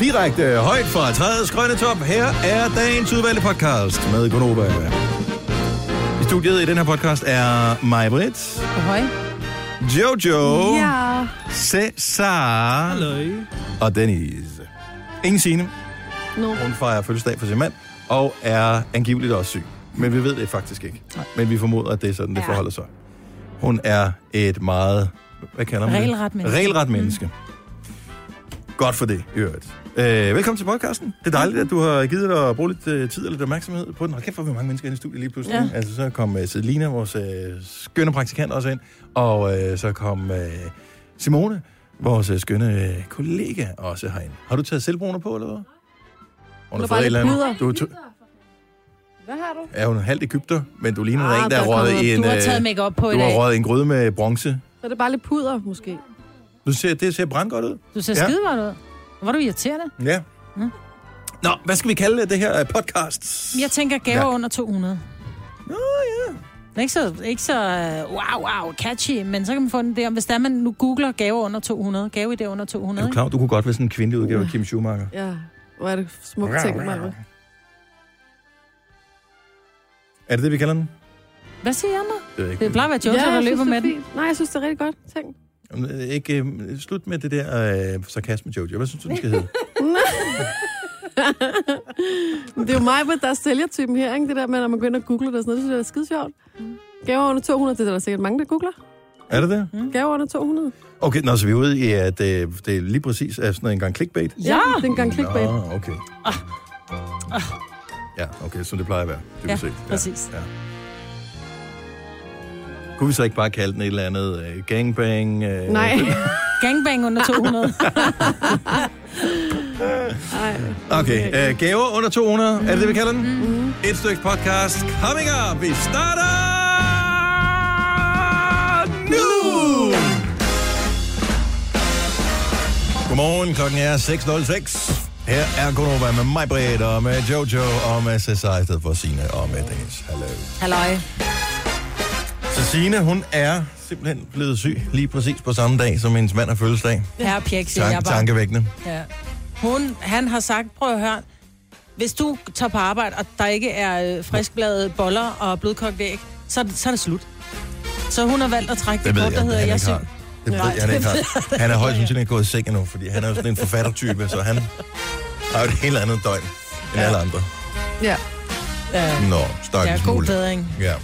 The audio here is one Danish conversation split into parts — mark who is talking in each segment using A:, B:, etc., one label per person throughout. A: direkte højt fra træets grønne top. Her er dagens udvalgte podcast med Gunova. I studiet i den her podcast er mig, Britt,
B: Høj.
A: Jojo,
B: Ja.
A: Cesar og Dennis. Ingen Signe.
B: No.
A: Hun fejrer fødselsdag for sin mand og er angiveligt også syg. Men vi ved det faktisk ikke. Nej. Men vi formoder, at det er sådan, det
B: Ja.
A: forholder sig. Hun er et meget... Hvad kalder man det?
B: Regelret menneske. Mm.
A: Regelret menneske. Godt for det, i øvrigt. Øh, velkommen til podcasten. Det er
B: Mm.
A: dejligt, at du har givet dig at bruge lidt øh, tid og lidt opmærksomhed på den. Hold kæft, hvor er vi mange mennesker inde i studiet lige pludselig.
B: Ja.
A: Altså, så kom uh, Selina, vores uh, skønne praktikant, også ind. Og uh, så kom uh, Simone, vores øh, skønne øh, kollega, også herind. Har du taget selvbruner på, eller hvad? Hun
B: Du er bare lidt
A: andet.
B: mudder.
A: Du er, to-
B: Hvad har du?
A: er hun halvt egypter, men du ligner ah,
B: Ah,
A: en, der er
B: der
A: røget
B: kommer-
A: i en...
C: Du har
A: øh,
C: taget make på i
A: du har
C: dag.
A: røget i en gryde med bronze.
B: Så er det bare lidt puder, måske.
A: Du ser, det ser brandgodt ud.
C: Du ser
A: Ja.
C: skide godt ud. Var du irriterende?
A: Ja.
C: Mm.
A: Nå, hvad skal vi kalde det her øh, podcast?
C: Jeg tænker gaver
A: Ja.
C: under 200.
A: Nå, ja.
C: Ikke så, ikke så øh, wow, wow, catchy, men så kan man få den der. Hvis der man nu googler gaver under 200, gaveidé under 200,
A: Er du
C: ikke?
A: klar? over, Du kunne godt være sådan en kvindelig udgave af Kim Schumacher.
B: Ja. Hvor er det smukt tænkt, Maja.
A: Er det det, vi kalder den?
C: Hvad siger jeg nu?
A: Det er ikke.
C: Det plejer at være Jojo, der
B: jeg
C: løber
B: synes, det
C: med
B: er
C: den.
B: fint. Nej, jeg synes, det er rigtig godt tænkt.
A: Jamen, øh, ikke øh, slut med det der øh, sarkasme, Jojo. Hvad synes du, den skal hedde?
B: Men det er jo mig, men der er sælgertypen her, ikke? Det der med, når man går ind og googler det og sådan noget, det synes jeg er skide sjovt. Gaver under 200, det er der sikkert mange, der googler.
A: er det det?
B: Gaver under 200.
A: Okay, nå, så vi er ude i, at øh, det er lige præcis er sådan en gang clickbait.
C: Ja.
B: det er en gang clickbait.
A: Nå, okay. Ja, okay, så det plejer at være. Det
C: Ja,
A: set.
C: præcis.
A: Ja. Kunne vi så ikke bare kalde den et eller andet øh, gangbang? Øh,
B: Nej.
C: Gangbang under 200.
B: Nej.
A: Okay, øh, gaver under 200, er det det, vi kalder den?
C: Mhm.
A: Et stykke podcast. Coming up, vi starter nu! Godmorgen, klokken er 6.06. Her er Gunova med mig, Britt, og med Jojo, og med Cesar, i stedet for Signe, og med Dennis. Hallo.
C: Halløj.
A: Så Signe, hun er simpelthen blevet syg lige præcis på samme dag, som hendes mand har fødselsdag.
C: Herre Pjek, siger jeg
A: Tank,
C: bare.
A: tankevækkende.
C: Ja. Hun, han har sagt, prøv at høre, hvis du tager på arbejde, og der ikke er øh, friskbladede boller og blødkogt æg, så, er det- så er det slut. Så hun har valgt at trække
A: Det
C: det,
A: ved
C: kort,
A: jeg,
C: der hedder
A: han
C: Jeg er
A: ikke
C: syg.
A: har. Det ved
C: Nej,
A: jeg, han ikke har. Han er højst sandsynligt gået i seng nu, fordi han er jo sådan en forfattertype, så han har jo et helt andet døgn end
C: Ja.
A: alle andre.
B: Ja.
C: Ja,
A: Nå, stakkels
C: ja, god
A: muligt.
C: bedring.
A: Ja.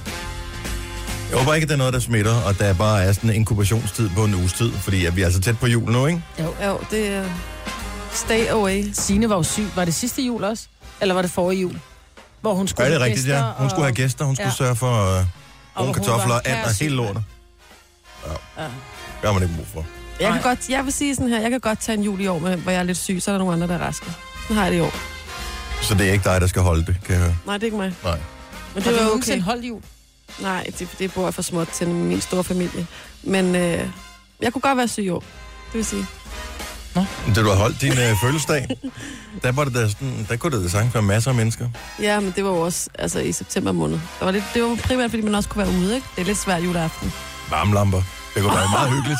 A: Jeg håber ikke, at der er noget, der smitter, og der bare er sådan en inkubationstid på en uges tid, fordi at vi er altså tæt på jul nu, ikke?
B: Jo, det er... Stay away.
C: Sine var jo syg. Var det sidste jul også? Eller var det forrige jul? Hvor hun skulle
A: Er det
C: have
A: rigtigt,
C: gæster,
A: ja? Hun skulle have gæster, hun skulle
C: Ja.
A: sørge for øh,
C: hvor
A: brune
C: hun
A: kartofler,
C: var
A: and og
C: kæreste.
A: hele lortet. Ja.
C: Ja.
A: Det har man ikke brug for.
B: Jeg kan
C: Nej.
B: godt, jeg vil sige sådan her, jeg kan godt tage en jul i år, med, hvor jeg er lidt syg, så er der nogle andre, der er raske. Sådan har jeg det i år.
A: Så det er ikke dig, der skal holde det, kan jeg høre.
B: Nej, det er ikke mig.
A: Nej.
B: Men
C: Har
B: det
C: du
B: var
C: nogensinde
B: okay.
C: holdt jul?
B: Nej, det, det bor jeg for småt til min store familie. Men øh, jeg kunne godt være syg i år, det vil sige.
A: Da du har holdt din øh, fødselsdag, der, var det da sådan, der kunne det da sagtens være masser af mennesker.
B: Ja, men det var jo også altså, i september måned. Det var, lidt, det var primært, fordi man også kunne være ude, ikke? Det er lidt svært juleaften.
A: Varmlamper. Det kunne være meget hyggeligt.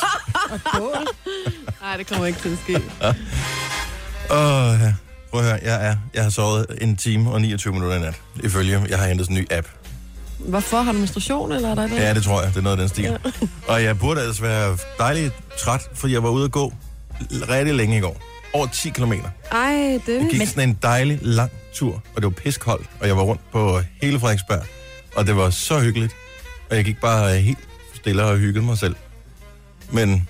B: Nej, det kommer ikke til at ske.
A: Åh, ja. Prøv at høre, jeg, er, jeg har sovet en time og 29 minutter i nat. Ifølge, jeg har hentet sådan en ny app.
B: Hvorfor? Har du menstruation, eller er der noget?
A: Ja, det tror jeg. Det er noget af den stil. Og jeg burde altså være dejligt træt, for jeg var ude at gå l- rigtig længe i går. Over 10 kilometer.
B: Ej,
A: Jeg
B: det...
A: gik sådan en dejlig lang tur, og det var piskoldt, og jeg var rundt på hele Frederiksberg, og det var så hyggeligt, og jeg gik bare øh, helt stille og hyggede mig selv. Men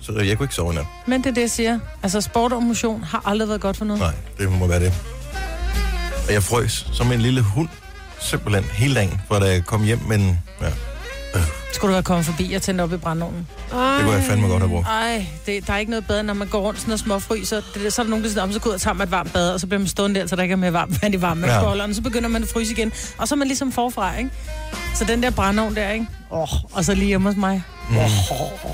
A: så jeg kunne ikke sove i nat.
C: Men det er det, jeg siger. Altså, sport og motion har aldrig været godt for noget.
A: Nej, det må være det. Og jeg frøs som en lille hund, simpelthen hele dagen, for da jeg kom hjem, men ja,
C: Skulle du være kommet forbi og tændt op i brandovnen?
A: det kunne jeg fandme godt have brugt.
C: Ej, det, der er ikke noget bedre, når man går rundt sådan og småfryser. Det, der- så er der nogen, der siger, om så går ud og tager mig et varmt bad, og så bliver man stående der, så der ikke er mere varmt vand i
A: Ja.
C: varmebeholderen. Ja. Så begynder man at fryse igen, og så er man ligesom forfra, ikke? Så den der brandovn der, ikke? Åh, og så lige hjemme hos mig.
A: Og så har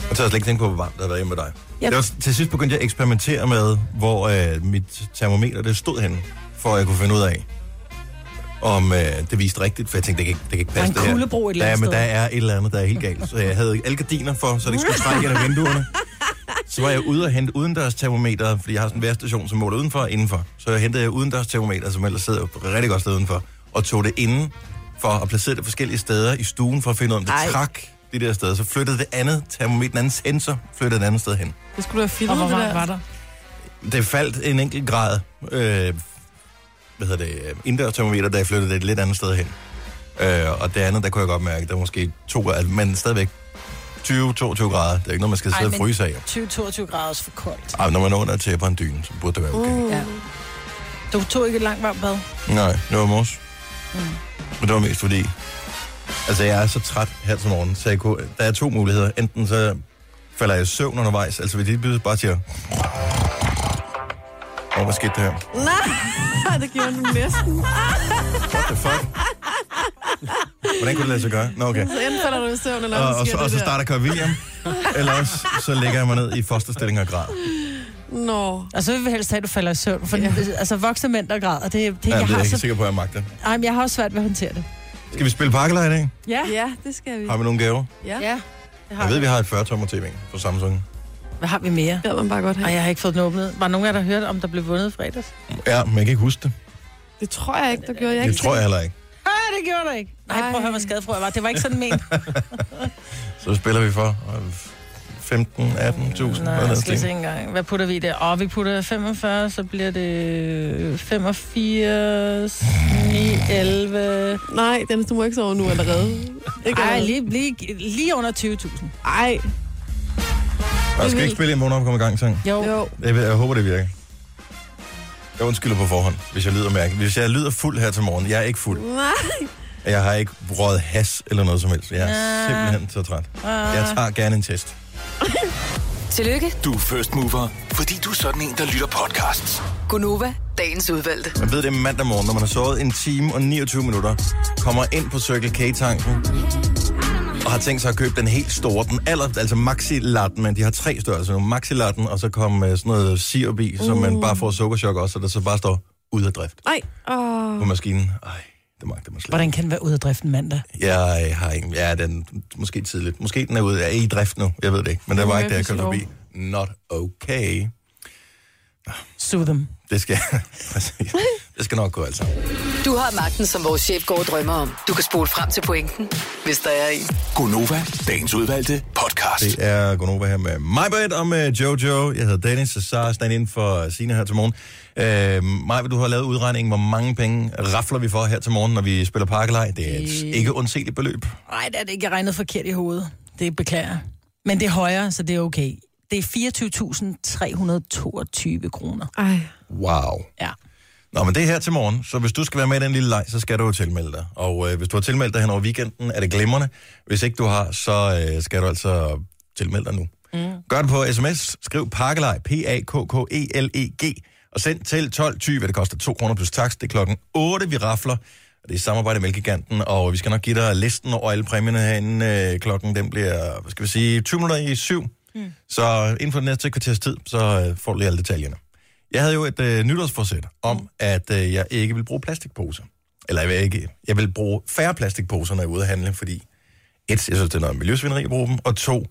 A: Mm. jeg slet ikke tænkt på, hvor varmt det har været hjemme med dig. Det var, til sidst begyndte jeg at eksperimentere med, hvor øh, mit termometer det stod henne, for at jeg kunne finde ud af, om øh, det viste rigtigt, for jeg tænkte, det kan, ikke- det kan ikke
C: er
A: passe
C: en kuldebro et eller
A: der,
C: andet
A: men der
C: sted.
A: er et eller andet, der er helt galt. Så jeg havde alle gardiner for, så det ikke skulle trække ind af vinduerne. Så var jeg ude og hente udendørs termometer, fordi jeg har sådan en værstation, som måler udenfor og indenfor. Så hentede jeg udendørs termometer, som ellers sidder på et rigtig godt sted udenfor, og tog det inden for at placere det forskellige steder i stuen for at finde ud af, om det
B: Ej.
A: trak de der steder. Så flyttede det andet termometer, den anden sensor, flyttede et andet sted hen.
B: Det skulle du have
C: Og
B: filmet,
C: hvor
B: det
C: varmt
B: der.
C: var der?
A: Det faldt en enkelt grad, øh, hvad hedder det, øh, indendørstermometer, da jeg flyttede det et lidt andet sted hen. Øh, og det andet, der kunne jeg godt mærke, der var måske to grader, men stadigvæk 20-22 grader. Det er ikke noget, man skal
C: Ej,
A: sidde og
C: men-
A: fryse af.
C: 20-22 grader er også for koldt.
A: Ej, når man er under et tæppe og en dyne, så burde det være okay.
B: Mm.
C: Ja. Du tog ikke et langt varmt bad.
A: Mm. Nej, det var mors.
C: Mm.
A: Mm. Men det var mest fordi, altså jeg er så træt her til morgen, så jeg kunne, der er to muligheder. Enten så falder jeg i søvn undervejs, altså hvis de byder bare siger, åh, oh, hvad skete der her?
B: Nej, det gjorde du næsten.
A: What the fuck? Hvordan kunne det lade sig gøre? Nå, okay.
B: Så enten falder du i søvn, eller
A: Og,
B: også
A: og,
B: sker
A: så, og
B: det
A: så
B: der.
A: starter Kåre William. Eller også, så lægger jeg mig ned i fosterstilling og græd.
B: Nå.
C: Og så Altså, vil vi helst have, at du falder i søvn. For ja. altså, voksne mænd, der græder, det, det
A: Ja,
C: jeg,
A: det er
C: har
A: jeg ikke
C: så,
A: sikker på, at jeg magter.
C: ej, men jeg har også svært ved at håndtere det.
A: Skal vi spille pakkelej i dag?
C: Ja.
B: Ja, det skal vi.
A: Har vi nogle gaver?
B: Ja.
C: Ja. Det har
A: Jeg ved,
C: vi.
A: vi har et 40-tommer tv på Samsung.
C: Hvad har vi mere?
B: Det gad man bare godt
C: Ej,
B: have.
C: jeg har ikke fået den åbnet. Var nogen af jer, der hørte, om der blev vundet i fredags?
A: Ja, men jeg kan ikke huske det.
B: Det tror jeg ikke, der gjorde jeg
A: Det
B: ikke.
A: tror jeg heller ikke.
C: Nej, det gjorde der ikke. Nej, prøv at
B: Ej.
C: høre, hvor skadefro jeg var. Det var ikke sådan ment.
A: Så spiller vi for øh, 15, 18.000.
C: Nej,
A: Nej,
C: jeg
A: noget
C: skal
A: ting.
C: ikke engang. Hvad putter vi i det? Åh, vi putter 45, så bliver det 85, 9, 11.
B: Nej, Dennis, du må ikke sove nu allerede. Ikke
C: Ej,
B: allerede.
C: lige, lige, lige under 20.000.
B: Ej,
A: Og skal vi ikke spille en vågen opkommer gang sang.
C: Jo.
B: jo.
A: Jeg, ved- jeg håber, det virker. Jeg undskylder på forhånd, hvis jeg lyder mærke. Hvis jeg lyder fuld her til morgen, jeg er ikke fuld.
B: Nej.
A: Jeg har ikke røget has eller noget som helst. Jeg er
C: Ah.
A: simpelthen så træt. Jeg tager gerne en test.
D: Tillykke,
E: Du er first mover, fordi du er sådan en, der lytter podcasts.
D: Gunova, dagens udvalgte.
A: Jeg ved det er mandag morgen, når man har sovet en time og 29 minutter, kommer ind på Circle K-tanken, og har tænkt sig at købe den helt store, den aller, altså maxi latten, men de har tre størrelser nu, maxi latten, og så kom øh, sådan noget sirup i, som man bare får sukkerchok også, og der så bare står ud af drift
B: Nej. Åh.
A: på maskinen. Ej, det magter man slet.
C: Hvordan kan den være ude af driften mandag?
A: Jeg har en, ja, den, måske tidligt. Måske den er ude, er i drift nu, jeg ved det ikke, men der var
B: Ja,
A: ikke, da jeg
B: gudskelov.
A: kørte forbi. Not okay.
C: Sue dem.
A: Det skal, præcis. det skal nok gå altså.
D: Du har magten, som vores chef går og drømmer om. Du kan spole frem til pointen, hvis der er en.
E: Gonova, dagens udvalgte podcast.
A: Det er Gonova her med Majbrit og med Jojo. Jeg hedder Dennis, og så er stand ind for Signe her til morgen. Øh, Majbrit, du har lavet udregningen, hvor mange penge rafler vi for her til morgen, når vi spiller parkelej. Det er et ikke undseligt beløb.
C: Nej, det er det ikke. Jeg regnede forkert i hovedet. Det beklager jeg. Men det er højere, så det er okay. Det er 24.322 kroner.
B: Ej.
A: Wow.
C: Ja.
A: Nå, men det er her til morgen, så hvis du skal være med i den lille leg, så skal du jo tilmelde dig. Og øh, hvis du har tilmeldt dig hen over weekenden, er det glimrende. Hvis ikke du har, så øh, skal du altså tilmelde dig nu. Mm. Gør det på sms, skriv pakkelej, E P-A-K-K-E-L-E-G, og send til 12.20, det koster 2 kroner plus tax. Det er klokken 8, vi rafler. Og det er i samarbejde med Mælkeganten, og vi skal nok give dig listen over alle præmierne herinde. Øh, klokken den bliver, hvad skal vi sige, 20 minutter i syv. Mm. Så inden for den næste kvarters tid, så øh, får du lige alle detaljerne. Jeg havde jo et øh, nytårsforsæt
C: Mm.
A: om, at øh, jeg ikke vil bruge plastikposer. Eller jeg vil ikke. Jeg vil bruge færre plastikposer, når jeg er ude at handle, fordi et, jeg synes, det er noget miljøsvineri at bruge dem, og to,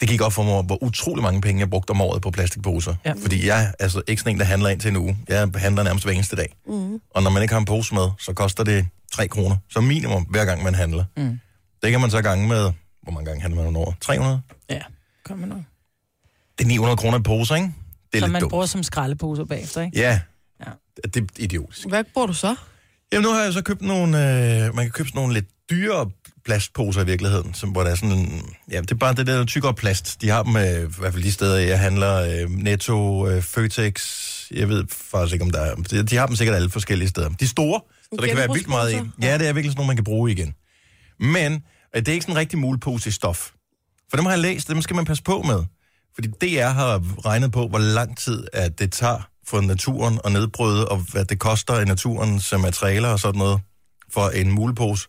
A: det gik op for mig, hvor utrolig mange penge jeg brugte om året på plastikposer.
C: Ja.
A: Fordi jeg er altså ikke sådan en, der handler ind til en uge. Jeg handler nærmest hver eneste dag. Mm. Og når man ikke har en pose med, så koster det 3 kroner som minimum, hver gang man handler. Mm. Det kan man så gange med, hvor mange gange handler man om året? 300?
C: Ja. Kom med nu.
A: Det er 900 kroner i poser, ikke? Det er
C: Som
A: lidt
C: man
A: dumt.
C: bruger som skraldeposer bagefter, ikke?
A: Ja.
C: Ja.
A: Det er idiotisk.
B: Hvad bruger du så?
A: Jamen, nu har jeg så købt nogle... Øh, man kan købe sådan nogle lidt dyrere plastposer i virkeligheden, som, hvor der er sådan en... Ja, det er bare det der tykkere plast. De har dem øh, i hvert fald de steder, jeg handler. Øh, Netto, øh, Føtex, jeg ved faktisk ikke, om der er... De, de har dem sikkert alle forskellige steder. De er store, så der kan være vildt meget i.
B: genbrugsposer?
A: Ja, det er virkelig sådan nogle, man kan bruge igen. Men øh, det er ikke sådan en rigtig mulepose i stof. For dem har jeg læst, dem skal man passe på med. Fordi DR har regnet på, hvor lang tid at det tager for naturen at nedbryde, og hvad det koster i naturen som materialer og sådan noget for en mulepose.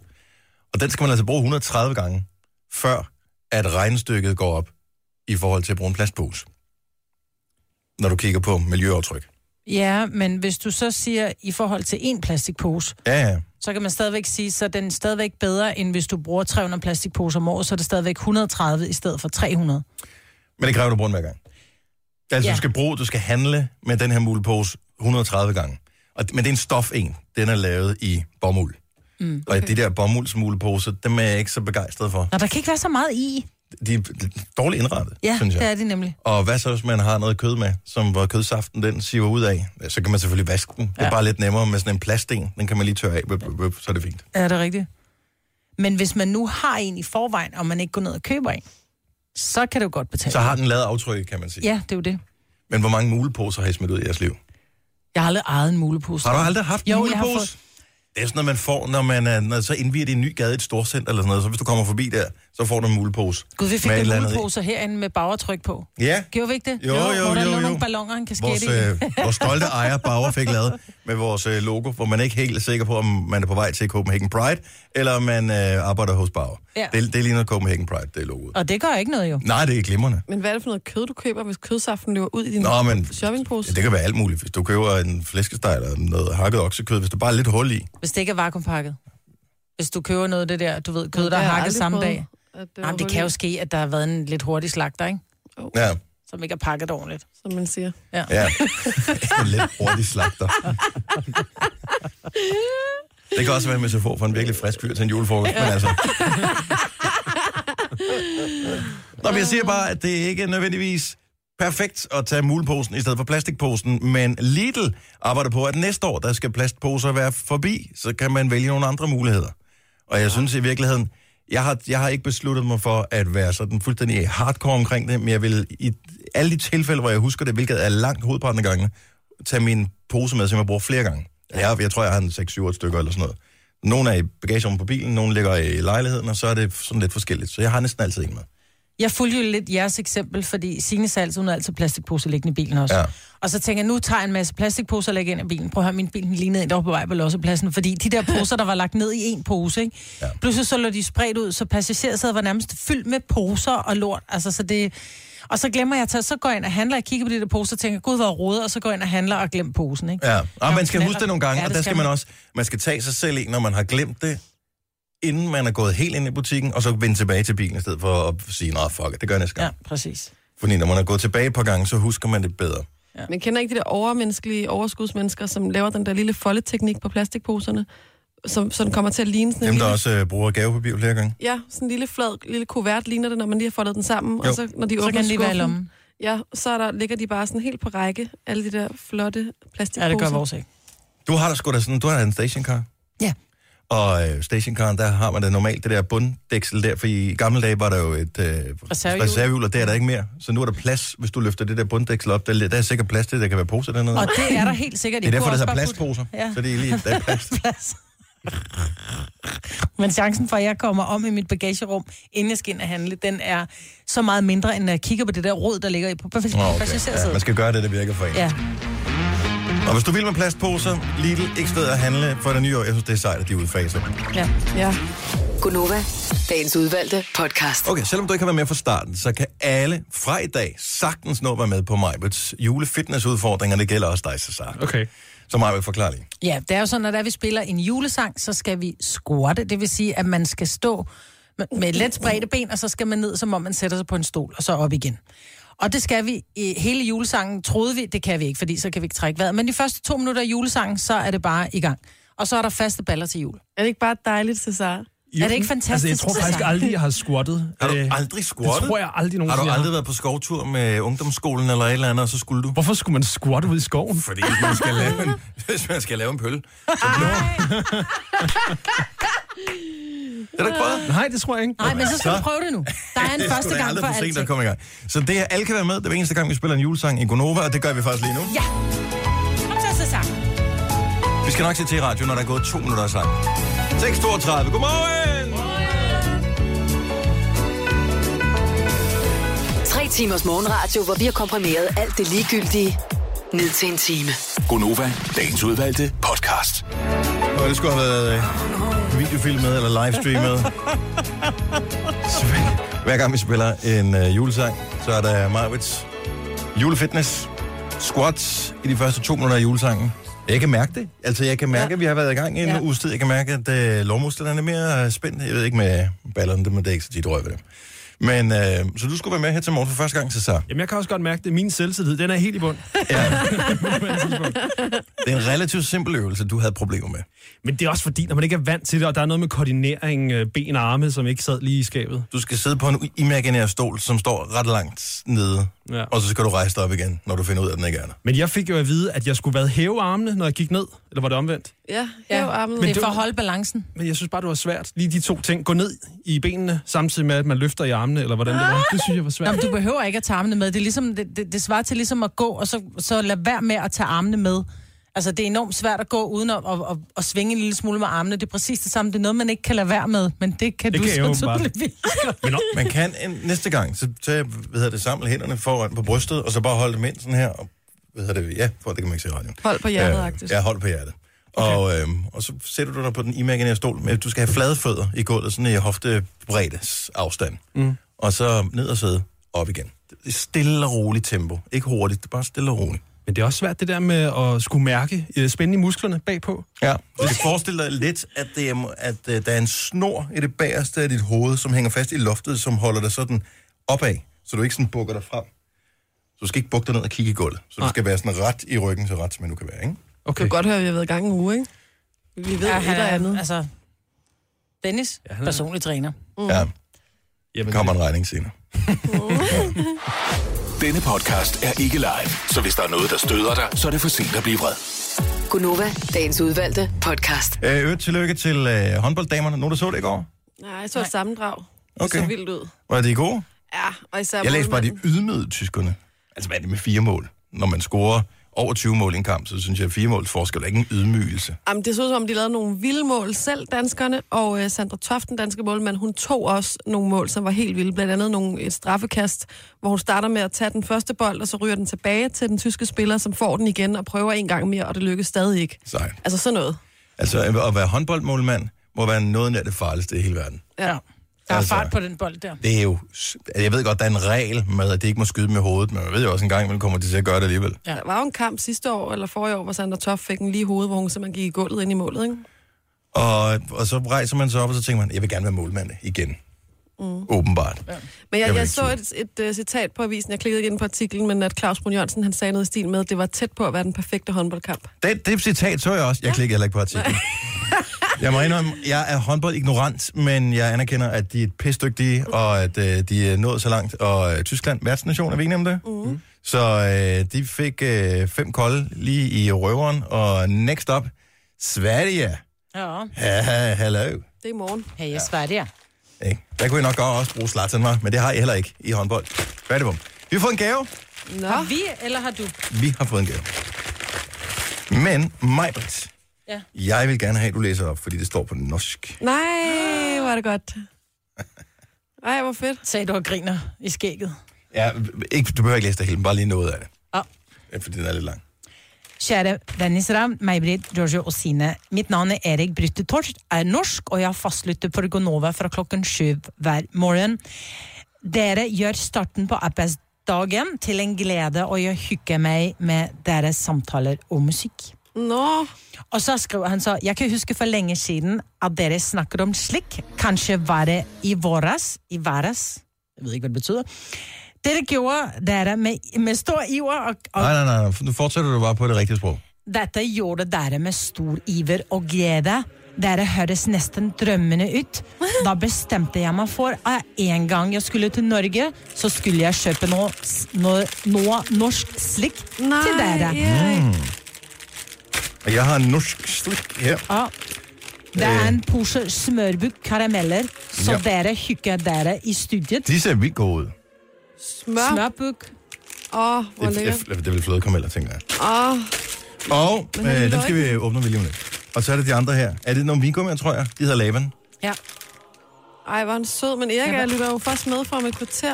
A: Og den skal man altså bruge 130 gange, før at regnestykket går op i forhold til at bruge en plastpose. Når du kigger på miljøaftryk.
C: Ja, men hvis du så siger, i forhold til en plastikpose,
A: Ja, ja.
C: så kan man stadigvæk sige, så er den stadigvæk bedre, end hvis du bruger 300 plastikposer om året, så er det stadigvæk 130 i stedet for 300.
A: Men det kræver, at du bruger den hver gang. Altså, ja.
C: Ja.
A: du skal bruge, du skal handle med den her mulepose 130 gange. Og, men det er en stof en. Den er lavet i bomuld. Mm, okay. Og de der bomuldsmuleposer, dem er jeg ikke så begejstret for.
C: Nå, der kan ikke være så meget i.
A: De er dårligt indrettet,
C: Ja,
A: synes jeg.
C: det er de nemlig.
A: Og hvad så, hvis man har noget kød med, som hvor kødsaften den siver ud af? Ja, Så kan man selvfølgelig vaske den. Det er
C: Ja.
A: bare lidt nemmere med sådan en plaststen. Den kan man lige tørre af, vup, vup, vup, så er det fint.
C: Ja, det er rigtigt. Men hvis man nu har en i forvejen, og man ikke går ned og køber en, så kan det jo godt betale.
A: Så har den lavet aftryk, kan man sige.
C: Ja, det er jo det.
A: Men hvor mange muleposer har I smidt ud i jeres liv?
C: Jeg har aldrig ejet en mulepose.
A: Har du aldrig haft en
C: Jo, jeg har
A: mulepose?
C: fået-
A: Det er sådan noget, man får, når man er, når så indvier det en ny gade i et storcenter eller sådan noget. Så hvis du kommer forbi der, så får du en mulepose.
C: Gud, vi fik
A: med et
C: en
A: eller andet i.
C: mulepose herinde med bagertryk på.
A: Ja,
C: Gjorde vi ikke det?
A: Jo, jo,
C: hvor der
A: jo,
C: lå
A: jo.
C: nogle ballonger og en kasket
A: vores,
C: i. Øh...
A: øh, vores stolte ejer Bauer fik lavet med vores øh, logo, hvor man ikke helt er sikker på, om man er på vej til Copenhagen Pride, eller om man øh, arbejder hos Bauer.
C: Ja.
A: Det, det ligner Copenhagen Pride, det logo.
C: Og det gør ikke noget jo.
A: Nej, det er glimrende.
B: Men hvad er det for noget kød, du køber, hvis kødsaften løber ud i din
A: Nå, men
B: shoppingpose?
A: det kan være alt muligt. Hvis du køber en flæskesteg eller noget hakket oksekød, hvis der bare er lidt hul i.
C: Hvis det ikke er vakuumpakket. Hvis du køber noget af det der, du ved, kød, der
B: Det
C: er
B: har jeg
C: hakket
B: aldrig
C: samme
B: prøvet,
C: dag.
B: at øh,
C: Jamen,
B: var
C: det kan jo
B: hul i,
C: ske, at der har været en lidt hurtig slagter, ikke?
A: Ja,
C: Som ikke er pakket ordentligt.
B: Som man siger.
A: ja. en lidt hurtig slagter. Det kan også være, at man så får for en virkelig frisk fyr til en julefrokost, men altså... Nå, men jeg siger bare, at det ikke er nødvendigvis perfekt at tage muleposen i stedet for plastikposen, men Lidl arbejder på, at næste år, der skal plastposer være forbi, så kan man vælge nogle andre muligheder. Og jeg synes i virkeligheden, jeg har, jeg har ikke besluttet mig for at være sådan fuldstændig hardcore omkring det, men jeg vil i alle de tilfælde, hvor jeg husker det, hvilket er langt hovedparten af gangene, tage min pose med, som jeg bruger flere gange. Jeg, jeg tror, jeg har en 6-7 stykker eller sådan noget. Nogle er i bagagerummet på bilen, nogle ligger i lejligheden, og så er det sådan lidt forskelligt. Så jeg har næsten altid en med.
C: Jeg fulgte jo lidt jeres eksempel, fordi Signe Sals, hun har altid plastikposer liggende i bilen også.
A: Ja.
C: Ja. Og så tænker jeg, nu tager jeg en masse plastikposer og lægger ind i bilen. Prøv at høre, min bil den lignede en, der var på vej på lossepladsen, fordi de der poser, der var lagt ned i en pose, ikke?
A: Ja.
C: Ja. Pludselig så lå de spredt ud, så passagersædet var nærmest fyldt med poser og lort. Altså, så det... Og så glemmer jeg at tage, så går jeg ind og handler, jeg kigger på de der poser og tænker, gud, hvor rodet, og så går jeg ind og handler og glemmer posen, ikke?
A: Ja, og
C: Jo,
A: man skal
C: knallert.
A: huske det nogle gange,
C: Ja,
A: og
C: det
A: der skal
C: skal
A: man
C: man.
A: også, man skal tage sig selv i, når man har glemt det, inden man er gået helt ind i butikken, og så vende tilbage til bilen, i stedet for at sige, nej, fuck it, det gør jeg næste
C: Ja,
A: gang. Ja.
C: præcis.
A: Fordi når man er gået tilbage et par gange, så husker man det bedre.
B: Man kender ikke de der overmenneskelige overskudsmennesker, som laver den der lille foldeteknik på plastikposerne, som, så den kommer til at ligne sådan en
A: Dem, der
C: Mhm.
B: lille,
A: også øh, bruger gavepapir flere gange.
B: ja, sådan en lille flad, lille kuvert ligner det, når man lige har foldet den sammen,
A: Jo.
B: og så når de
C: Så
B: åbner
C: kan de være i
B: skuffen,
C: lommen.
B: Ja, så er der, ligger de bare sådan helt på række, alle de der flotte
C: Ja,
B: plastikposer.
C: det gør vores ikke.
A: Du har da sgu da sådan, du har da en stationcar.
C: Ja.
A: Og øh, stationcaren, der har man da normalt det der bunddæksel der, for i gamle dage var der jo et øh,
C: Reservehjul.
A: reservehjul, og det er der ikke mere. Så nu er der plads, hvis du løfter det der bunddæksel op. Der, der er sikkert plads til, der kan være poser dernede.
C: Og det er der helt sikkert.
A: det er
C: I
A: derfor,
C: kunne
A: det
C: også
A: hedder plastposer.
C: bare putte- Ja.
A: Så det er lige, der er plads.
C: plads. Men chancen for, at jeg kommer om i mit bagagerum, inden jeg skal ind og handle, den er så meget mindre, end når jeg kigger på det der råd, der ligger i på
A: Nå,
C: passagersædet.
A: Ja, man skal gøre det, der virker for en.
C: Ja,
A: Og hvis du vil med plastposer, Lidl, ikke sted at handle for det nye år. Jeg synes, det er sejt, at de udfaser.
C: ja.
B: Ja,
D: Gunova, dagens udvalgte podcast.
A: Okay, selvom du ikke har været med fra starten, så kan alle fra i dag sagtens nå at være med på Majbets julefitnessudfordringer. Det gælder også dig, Cesar.
F: Okay.
A: Så Majbet, forklar lige.
C: ja, det er jo sådan, at når vi spiller en julesang, så skal vi squatte. Det vil sige, at man skal stå med- med let spredte ben, og så skal man ned, som om man sætter sig på en stol, og så op igen. Og det skal vi i hele julesangen, troede vi, det kan vi ikke, fordi så kan vi ikke trække vejret. Men de første to minutter af julesangen, så er det bare i gang. Og så er der faste baller til jul.
B: er det ikke bare dejligt, Cesar?
F: Jo,
C: Er det ikke
F: Altså, jeg
C: fantastisk,
F: tror faktisk
C: Cesar?
F: aldrig, jeg har squattet.
A: Har du
F: Øh,
A: aldrig squattet?
F: Det tror jeg aldrig
A: Har
F: nogensinde.
A: du
F: jeg
A: aldrig været på skovtur med ungdomsskolen eller et eller andet, og så skulle du?
F: Hvorfor skulle man squatte ud i skoven?
A: Fordi hvis man skal lave en, hvis man skal lave en pøl. Så det er du ikke prøvet?
F: Nej, det tror jeg ikke.
C: Nej, men så skal
A: Så-
C: du prøve det nu. Der er en
A: Det er sgu
C: første
A: da
C: gang
A: aldrig
C: for
A: for sent at
C: alt.
A: komme i gang. Så det her, alle kan være med, det er hver eneste gang, vi spiller en julesang i Gonova, og det gør vi faktisk lige nu.
C: Ja. Kom så, så sang.
A: Vi skal nok se til i radio, når der er gået to minutter af sang. 6.32, godmorgen!
D: Tre timers morgenradio, hvor vi har komprimeret alt det ligegyldige ned til en time.
E: Gonova, dagens udvalgte podcast.
A: Og det skulle have været øh, videofilmet eller livestreamet. Så hver- Hver gang vi spiller en øh, julesang, så er der Marvits julefitness, squats i de første to minutter af julesangen. Jeg kan mærke det. Altså, jeg kan mærke, ja. at vi har været i gang i en ja.
C: Ja.
A: uges tid. Jeg kan mærke, at øh, lårmusklerne er mere øh, spændt. Jeg ved ikke med ballerne, men det er ikke så tit, røg ved dem. Men, øh, så du skulle være med her til morgen for første gang til så.
F: Jamen, jeg kan også godt mærke det. Min selvtillid, den er helt i bund.
A: Det er en relativt simpel øvelse, du havde problemer med.
F: Men det er også fordi, når man ikke er vant til det, og der er noget med koordinering, øh, ben og arme, som ikke sad lige i skabet.
A: Du skal sidde på en imaginær stol, som står ret langt nede,
F: Ja.
A: og så skal du rejse dig op igen, når du finder ud af, at den ikke er der.
F: Men jeg fik jo at vide, at jeg skulle hvad, hæve armene, når jeg gik ned. Eller var det omvendt?
B: Ja,
C: Ja.
B: hæv armen.
C: Men det er for at holde balancen.
F: Men jeg synes bare, det var svært. Lige de to ting. Gå ned i benene, samtidig med, at man løfter i armene, eller hvordan det
C: Ah!
F: var. Det synes jeg var
C: Nå,
F: svært.
C: men du behøver ikke at tage armene med. Det, er ligesom, det, det, det svarer til ligesom at gå, og så, så lad være med at tage armene med. Altså, det er enormt svært at gå uden at, at, at, at svinge en lille smule med armene. Det er præcis det samme. Det er noget, man ikke kan lade være med, men det kan
F: Det
C: du
F: kan jeg
C: så
F: åbenbart.
C: tydeligvis.
F: Men,
A: Man kan en, næste gang, så tage, hvad hedder det, samle hænderne foran på brystet, og så bare holde dem ind sådan her, og hvad hedder det, ja, for det kan man ikke se i radioen.
B: Hold på hjertet,
A: Øh,
B: ja.
A: Ja, hold på hjertet. Og, øhm, og så sætter du dig på den imaginære stol, men du skal have flade fødder i gulvet, sådan i hoftebreddes afstand. Mm. Og så ned og sidde, op igen. Det er Stille og roligt tempo. Ikke hurtigt, det er bare stille og roligt.
F: men det er også svært det der med at skulle mærke øh, spændende i musklerne bagpå.
A: Ja. Du skal forestille dig lidt, at, det er, at øh, der er en snor i det bagerste af dit hoved, som hænger fast i loftet, som holder dig sådan opad, så du ikke sådan bukker dig frem. Så du skal ikke bukke dig ned og kigge i gulvet. Så du
F: Nej.
A: skal være sådan ret i ryggen, så ret som du kan være, ikke?
F: Okay.
B: Du kan godt høre, at vi har været i gang en uge, ikke? Vi ved ja, et eller andet.
C: Altså, Dennis,
F: Ja, han er-
C: personlig træner.
A: Mm. Ja,
F: Jamen,
A: kommer en regning senere.
E: Denne podcast er ikke live, så hvis der er noget, der støder dig, så er det for sent at blive vred.
D: Gunova, dagens udvalgte podcast.
A: Øh, øvrigt, tillykke til øh, håndbolddamerne. Nogen, der så det i går?
B: Nej, jeg så et sammendrag.
A: Okay.
B: Det så vildt ud.
A: Var de gode?
B: Ja, og især
A: Jeg læste bare, at de
B: målmanden.
A: ydmygede tyskerne. Altså, hvad er det med fire mål? Når man scorer over 20 mål i en kamp, så synes jeg, at fire måls forskel er ikke en ydmygelse.
B: Jamen, det så ud som om, de lavede nogle vilde mål selv, danskerne. Og øh, Sandra Toft, den danske målmand, hun tog også nogle mål, som var helt vilde. Blandt andet nogle, et straffekast, hvor hun starter med at tage den første bold, og så ryger den tilbage til den tyske spiller, som får den igen og prøver en gang mere, og det lykkes stadig ikke.
A: Sejt.
B: Altså sådan noget.
A: Altså, at være håndboldmålmand må være noget af det farligste i hele verden.
C: Ja. Der er
A: Altså.
C: fart på den bold der.
A: Det er jo... s- altså, Jeg ved godt, der er en regel med, at det ikke må skyde med hovedet, men man ved jo også, en gang imellem kommer de til at gøre det alligevel.
C: Ja.
B: Der var jo en kamp sidste år, eller forrige år, hvor Sandra Toft fik en lige i hovedet, hvor hun simpelthen gik i gulvet ind i målet, ikke?
A: Og, og så rejser man sig op, og så tænker man, jeg vil gerne være målmand igen. Mm. Åbenbart. Ja. Jeg
B: Men jeg,
A: var
B: jeg
A: ikke
B: så et, et uh, citat på avisen, jeg klikkede ikke ind på artiklen, men at Claus Brun Jørgensen, han sagde noget i stil med, at det var tæt på at være den perfekte håndboldkamp.
A: Det, det citat så jeg også. Jeg klikker heller ikke på artiklen. Jeg må indrømme, jeg er håndboldignorant, men jeg anerkender, at de er pisdygtige, og at øh, de er nået så langt. Og øh, Tyskland, værtsnation, er vi enige om det? Mm. Så øh, de fik øh, fem kolde lige i røveren, og next up, Sverige.
C: Ja.
A: Ja, hallo.
B: Det er i morgen.
C: Hey, jeg svarer der.
A: Ikke? Der kunne I nok godt også bruge Zlatan, var, men det har I heller ikke i håndbold. Fattigbom. Vi har fået en gave.
B: Nå.
C: Har vi, eller har du?
A: Vi har fået en gave. Men, Majbrit,
C: Ja.
A: jeg vil gerne have, at du læser op, fordi det står på norsk.
B: Nej, hvor er det godt. Ej, hvor fedt.
C: Sagde du og griner i skægget.
A: Ja, ikke, du behøver ikke læse det hele, men bare lige noget af det.
C: Ja.
A: Ja, Fordi den er lidt lang.
C: Kjære Dennis Ram, May-Britt, Giorgio og Sine. Mitt navn er Erik Brytte Torst, er norsk, og jeg har fastlyttet på Gonova fra klokken syv hver morgen. Dere gjør starten på arbeidsdagen til en glede, og jeg hygger meg med deres samtaler og musikk.
B: Nå,
C: Og så skriver han så, jeg kan huske for længe siden, at dere snakker om slik. Kanskje var det i våras, i varas, jeg ved ikke, hvad det betyder. Dere gjorde dere med, med stor iver og, og
A: Nej, nej, nej, nej. Nu fortsætter du bare på det rigtige sprog.
C: Dette gjorde dere med stor iver og glede. Dere høres nesten drømmende ut. Da bestemte jeg meg for at en gang jeg skulle til Norge, så skulle jeg kjøpe noe, s- noe, noe norsk slik
B: nej,
C: til dere.
A: Mm.
B: Erik.
A: Og jeg har en norsk slik her.
C: Ja. Det er en pose smørbukk karameller, så
A: Ja.
C: dere hygger dere i studiet.
A: De ser vildt gode ud.
B: Smør.
C: Smørbukk.
B: Åh, oh, hvor
A: Det,
B: lækkert.
A: det, det er vel flødekarameller, tænker jeg.
B: Åh,
C: Ah.
B: oh,
A: Og
B: har de
A: øh, den skal
B: løg?
A: vi åbne ved lige om lidt. Og så er det de andre her. Er det nogle vingummier, tror jeg? De hedder Laban.
C: Ja.
B: ej, hvor er han sød. Men Erik, jeg lytter jo først med fra om et kvarter.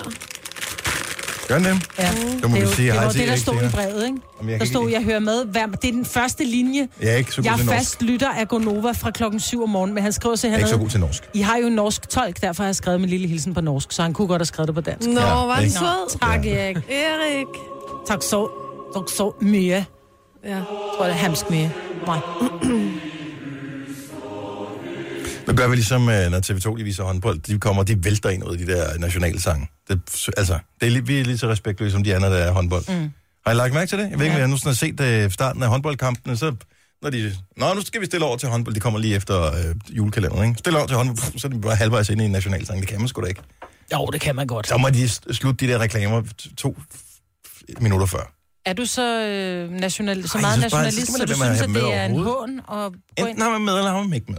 A: Gør den det?
C: Ja.
A: Så må
C: Det, er
A: vi
C: jo,
A: sige
C: det
A: hej
C: var
A: til
C: det, der
A: Erik
C: stod i
A: senere.
C: brevet,
A: Jamen,
C: ikke?
A: jeg
C: Der
A: kan
C: stod,
A: ikke-
C: jeg hører med. Hver, det er den første linje.
A: Jeg er ikke så god
C: Jeg
A: til
C: er
A: norsk.
C: fast lytter af Gonova fra klokken 7 om morgenen, men han skriver så
A: Jeg er ikke så
C: hernede,
A: god til norsk.
C: I har jo en norsk tolk, derfor har jeg skrevet min lille hilsen på norsk, så han kunne godt have skrevet det på dansk.
B: Nå,
A: Ja,
B: ja, var han
A: ikke?
B: sød.
C: Tak, Erik.
B: Erik.
C: Tak så, tak så mye.
B: Ja.
C: Jeg tror, det er hamsk mye. Nej.
A: Men gør vi ligesom, øh, når TV2 lige viser håndbold, de kommer, de vælter ind ud af de der nationalsange. Det, altså, det er, lige- vi er lige så respektløse som de andre, der er håndbold. Mm. Har I lagt mærke til det? Jeg ved ikke, om jeg nogensinde har set øh, starten af håndboldkampene, så når de, Nå, nu skal vi stille over til håndbold. De kommer lige efter øh, julekalenderen, ikke? Stille over til håndbold, så er de bare halvvejs inde i en nationalsang. Det kan man sgu da ikke.
C: Jo, det kan man godt.
A: Så må de s- slutte de der reklamer t- to f- minutter før.
C: Er du så, øh, national, så
A: Ej,
C: meget
A: jeg synes bare,
C: nationalist,
A: så skal man
C: så
A: lade
C: du
A: være med at
C: synes, at
A: have dem
C: det er en
A: med
C: hån? Og gå ind?
A: Enten har man med, eller har man ikke med.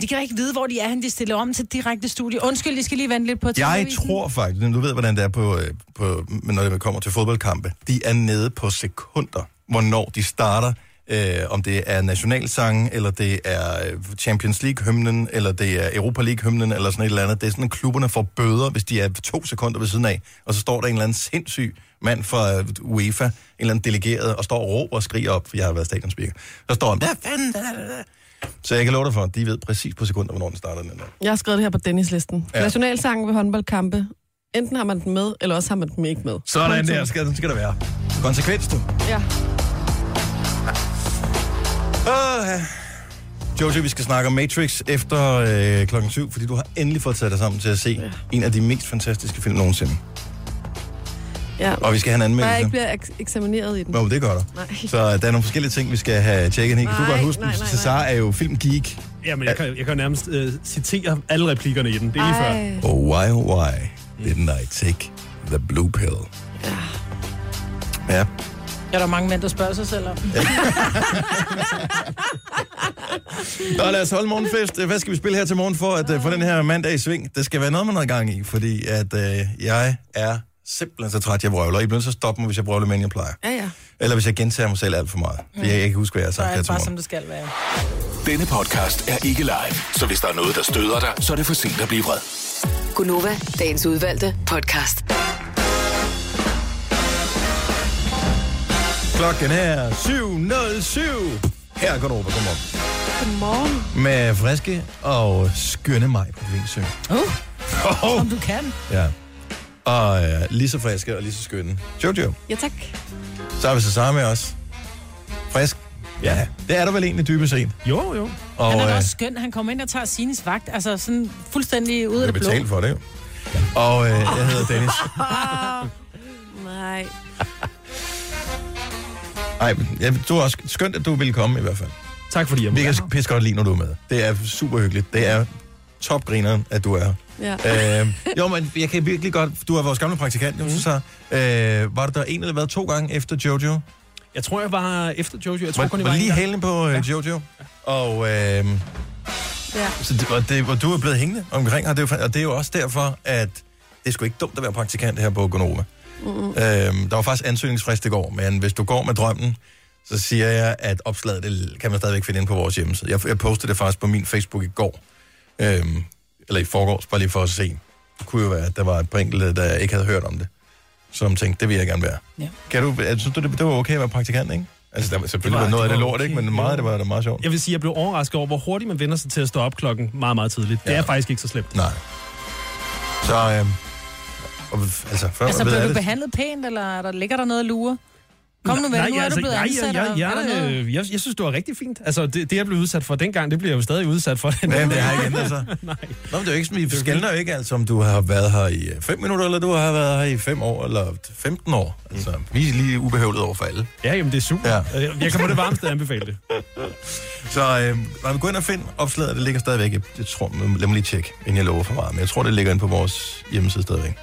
C: De kan da ikke vide, hvor de er henne. De stiller om til direkte studie. Undskyld, de skal lige vente lidt på
A: Jeg
C: TV-avisen.
A: tror faktisk, du ved, hvordan det er, på, øh, på, når det kommer til fodboldkampe. De er nede på sekunder, hvornår de starter. Øh, om det er nationalsangen, eller det er øh, Champions League-hymnen, eller det er Europa League-hymnen, eller sådan et eller andet. Det er sådan, at klubberne får bøder, hvis de er to sekunder ved siden af. Og så står der en eller anden sindssyg mand fra øh, UEFA, en eller anden delegeret, og står og råber og skriger op, for jeg har været stadionspeaker. Så står han, hvad fanden? da, da, da." Så jeg kan love dig for, at de ved præcis på sekunder, hvornår den starter den der.
B: Jeg har skrevet det her på Dennis-listen.
A: Ja.
B: Ja. Nationalsangen ved håndboldkampe. Enten har man den med, eller også har man den ikke med.
A: Sådan der skal, den skal der være. Konsekvens, du.
B: Ja.
A: Åh, ja. Jojo, vi skal snakke om Matrix efter øh, klokken syv, fordi du har endelig fået taget dig sammen til at se ja. en af de mest fantastiske film nogensinde.
B: ja.
A: Og vi skal have en
B: Bare jeg
A: anmeldelse.
B: ikke bliver ek- eksamineret i den.
A: Nå, men det gør der.
B: Nej.
A: Så øh, der er nogle forskellige ting, vi skal have tjekket ind. i. Du kan
B: Nej,
A: godt huske,
B: nej, nej,
A: at Cesar er jo filmgeek.
F: Jamen, jeg kan, jeg kan jo nærmest øh, citere alle replikkerne i den. Det er lige før.
B: Ej.
A: Oh, why, oh, why didn't I take the blue pill? Ja.
C: Ja, der er mange mænd, der spørger sig selv om.
A: Nå, lad os holde morgenfest. Hvad skal vi spille her til morgen for at øh, få den her mandag i sving? Det skal være noget, man har gang i, fordi at øh, jeg er simpelthen så træt, jeg vrøvler. I bliver nødt til at stoppe mig, hvis jeg vrøvler mere, end jeg plejer.
B: Ja, ja.
A: Eller hvis jeg gentager mig selv alt for meget. Mm. Jeg kan ikke huske, hvad jeg har
C: Så
A: sagt
C: er
A: her
C: det
A: til
C: bare, som
A: morgen.
C: det skal være.
E: Denne podcast er ikke live, så hvis der er noget, der støder dig, så er det for sent at blive vred.
D: Gunova, dagens udvalgte podcast.
A: Klokken er 7.07. Her går du over. Godmorgen.
B: Godmorgen.
A: Med friske og skønne mig på Vingsø.
C: Uh,
A: Oh.
C: om du kan.
A: Ja. Og øh, lige så friske og lige så skønne. Jojo,
B: Ja, tak.
A: så er vi så sammen med os. Frisk. Ja, det er der vel egentlig dybest set.
F: Jo, jo.
A: Og,
C: Han er da
A: øh,
C: også skøn. Han kommer ind og tager Sines vagt. Altså sådan fuldstændig ud af
A: Jeg
C: det blå.
A: betalte for det jo. Og øh, jeg hedder Dennis.
B: Nej.
A: Ej, men, ja, du er også skønt, at du ville komme i hvert fald.
F: Tak fordi jeg
A: Vi
F: måtte.
A: kan pisse godt lide, når du er med. Det er super hyggeligt. Det er topgrineren, at du er her.
B: Ja.
A: øh, jo, men jeg kan virkelig godt... Du er vores gamle praktikant, jo, så øh, var du der en eller hvad, to gange efter Jojo?
F: Jeg tror, jeg var efter Jojo. Jeg tror
A: Var,
F: kun, jeg
A: var
F: var
A: lige
F: en gang.
A: halen på øh, Jojo? Og, øh,
B: Ja.
A: så det, og, det, og du er blevet hængende omkring her, det er jo, fa- og det er jo også derfor, at det er sgu ikke dumt at være praktikant her på Gonova. Mm-hmm. Øhm, der var faktisk ansøgningsfrist i går, men hvis du går med drømmen, så siger jeg, at opslaget det kan man stadigvæk finde ind på vores hjemmeside. Jeg, jeg postede det faktisk på min Facebook i går, øhm, eller i forgårs, bare lige for at se. Det kunne jo være, at der var et par enkelte, der ikke havde hørt om det, som tænkte, det vil jeg gerne være.
C: Ja.
A: Kan du, er- synes du, det, det var okay at være praktikant, ikke? Altså, der var selvfølgelig
F: Det
A: var,
F: var-
A: noget
F: det
A: af det
F: var
A: lort, ikke?
F: okay.
A: Men meget af det var da meget sjovt.
F: Jeg vil sige, jeg blev overrasket over, hvor hurtigt man vender sig til at stå op klokken meget, meget tidligt. Det
A: Ja.
F: er faktisk ikke så slemt.
A: Nej. Så, øh, og, altså, før
C: Altså,
A: man ved
C: bliver
A: af
C: du
A: det,
C: behandlet pænt, eller er der, ligger der noget og lurer? Kom nu, vel, nu er
F: altså,
A: altså,
C: du blevet ansat,
F: jeg,
C: og-
F: jeg,
C: er der
F: jeg,
C: noget?
F: øh, jeg, jeg synes, det var rigtig fint. Altså, det, det, jeg blev udsat for dengang, det bliver jeg jo stadig udsat for. Den
A: Jamen, det har ikke ændret sig.
F: Nej.
A: Nå, men det er jo ikke, sådan, vi skældner jo ikke, altså, om du har været her i 5 minutter, eller du har været her i 5 år, eller 15 år. Altså, vi er lige ubehøvlet over for alle.
F: Ja, jamen, det er super.
A: Ja.
F: Ja. Jeg kan på det varmeste anbefale det.
A: Så øh, vi gå ind og find opslaget, det ligger stadigvæk. Jeg, jeg tror, lad mig lige tjekke, inden jeg lover for meget. Men jeg tror, det ligger inde på vores hjemmeside stadigvæk.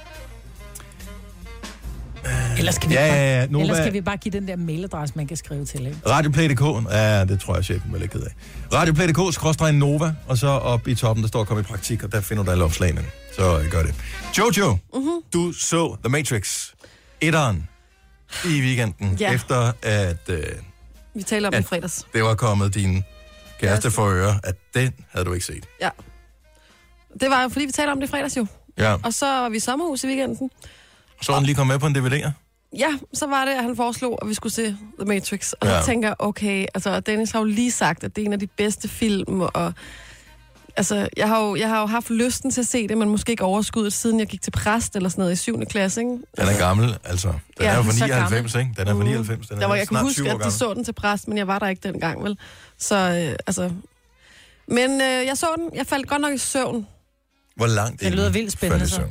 C: Ellers kan vi,
A: øh, Ja,
C: bare,
A: ja, ja. Nova-
C: ellers kan vi bare give den der mailadresse, man kan skrive til. Ikke?
A: Radioplay.dk, ja, det tror jeg, chefen vil ikke ked af. Radioplay.dk, skråstrej Nova, og så op i toppen, der står kom i praktik, og der finder du alle opslagene. Så øh, gør det. Jojo, mm-hmm. du så The Matrix, etteren, i weekenden,
B: Ja.
A: efter at øh,
B: Vi taler om
A: Ja.
B: det i fredags.
A: det var kommet din kæreste
B: Kæreste.
A: for øre, at den havde du ikke set.
B: Ja. Det var jo, fordi vi taler om det i fredags jo.
A: Ja,
B: Og så var vi i sommerhus i weekenden.
A: så den lige kom med på en DVD'er.
B: Ja, så var det, at han foreslog, at vi skulle se The Matrix. Og ja.
A: Ja.
B: så tænker jeg, okay, altså og Dennis har jo lige sagt, at det er en af de bedste film, og altså, jeg har, jo, jeg har jo haft lysten til at se det, men måske ikke overskuddet, siden jeg gik til præst eller sådan noget i 7. klasse, ikke?
A: Den er gammel, altså. Den
B: Ja,
A: er jo fra
C: så
A: 99, ikke? Den er fra 99, den er
B: Der var, jeg kan
A: snart 20
B: huske,
A: år
B: at de
A: gammel.
B: så den til præst, men jeg var der ikke dengang, vel? Så, øh, altså... Men øh, jeg så den. Jeg faldt godt nok i søvn.
A: Hvor langt
C: Det lyder vildt spændende, så.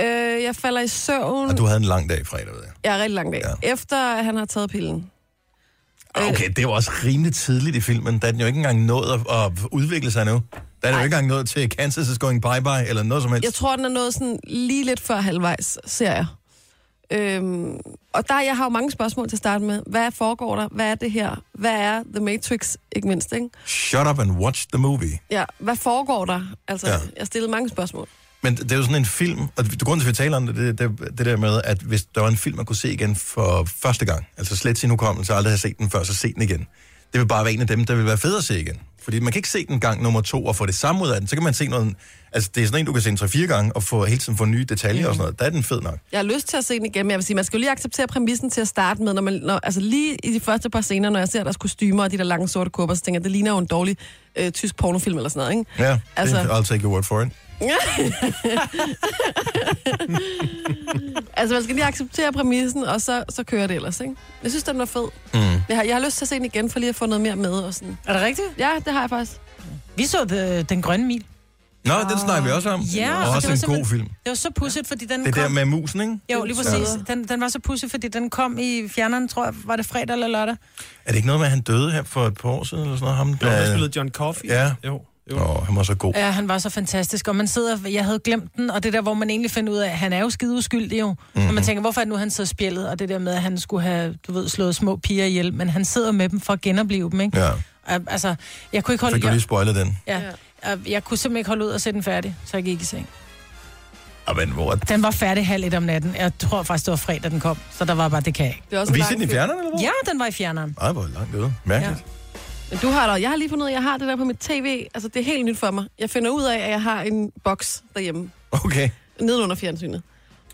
B: Øh, jeg falder i søvn.
A: Og du havde en lang dag i fredag, ved jeg.
B: Jeg er rigtig lang dag. Ja. Efter at han har taget pillen.
A: Ah, Okay, det var også rimelig tidligt i filmen, da den jo ikke engang nåede at, at udvikle sig nu. Da den jo ikke engang nået til Kansas is going bye-bye, eller noget som helst.
B: Jeg tror, den er nået sådan lige lidt før halvvejs, ser jeg. Øhm, og der, jeg har jo mange spørgsmål til at starte med. Hvad foregår der? Hvad er det her? Hvad er The Matrix, ikke mindst, ikke?
A: Shut up and watch the movie.
B: Ja, hvad foregår der? Altså,
A: Ja.
B: ja. jeg stillede mange spørgsmål.
A: Men det er jo sådan en film, og det- grunden til, at vi taler om det, det, det, det der med, at hvis der var en film, man kunne se igen for første gang, altså slet sin hukommelse, og aldrig have set den før, så se den igen. Det vil bare være en af dem, der vil være fed at se igen. Fordi man kan ikke se den gang nummer to og få det samme ud af den. Så kan man se noget... Altså, det er sådan en, du kan se en 3-4 gange og få hele tiden få nye detaljer mm. og sådan noget. Der er den fed nok.
B: Jeg har lyst til at se den igen, men jeg vil sige, man skal jo lige acceptere præmissen til at starte med. Når man, når, altså lige i de første par scener, når jeg ser deres kostymer og de der lange sorte kopper, så tænker jeg, det ligner jo en dårlig øh, tysk pornofilm eller sådan noget, ikke?
A: Ja, altså...
B: Altså-
A: det, I'll take your word for it.
B: Altså, man skal lige acceptere præmissen, og så, så kører det ellers, ikke? Jeg synes, den var fed. Mm. Jeg, har, jeg har lyst til at se den igen, for lige at få noget mere med og sådan.
C: Er det rigtigt?
B: Ja, det har jeg faktisk.
C: Vi så the, Den Grønne Mil.
A: Nå, den snakker vi også om.
C: Ja,
A: og
C: og
A: også
C: det var
A: en god
C: simpelthen-
A: film.
C: Det var så pudsigt, fordi den
A: Det
C: kom...
A: der med musen, ikke?
C: Jo, lige præcis. Den, den var så pudsigt, fordi den kom i fjerneren, tror jeg, var det fredag eller lørdag?
A: Er det ikke noget med, at han døde her for et par år siden, eller sådan noget? Ham,
F: Jo, der
A: der-
F: spillede John Coffey.
A: Ja.
F: Jo, jo.
A: Åh, han var så god.
C: Ja, han var så fantastisk, og man sidder, jeg havde glemt den, og det der, hvor man egentlig finder ud af, at han er jo skide uskyldig jo,
A: Mhm.
C: mm-hmm. og man tænker, hvorfor er det nu, han sidder spjældet, og det der med, at han skulle have, du ved, slået små piger ihjel, men han sidder med dem for at genopleve dem, ikke?
A: Ja,
C: Og, altså, jeg kunne ikke holde,
A: fik du
C: jeg,
A: lige spoilet den.
C: ja, og jeg kunne simpelthen ikke holde ud og se den færdig, så jeg gik i seng.
A: Ja, Ah, men hvor...
C: Den var færdig halv et om natten, jeg tror faktisk, det var fredag, den kom, så der var bare, det kan jeg ikke.
B: Det er også
A: Og
B: en
A: vi
B: lang
A: den i
B: film.
A: fjerneren, eller hvad?
C: Ja, den var i fjerneren.
A: Ej, hvor langt ude. Mærkeligt.
B: Men du har der, jeg har lige fundet ud af, jeg har det der på mit tv. Altså, det er helt nyt for mig. Jeg finder ud af, at jeg har en boks derhjemme,
A: Ja. Okay.
B: nedenunder fjernsynet.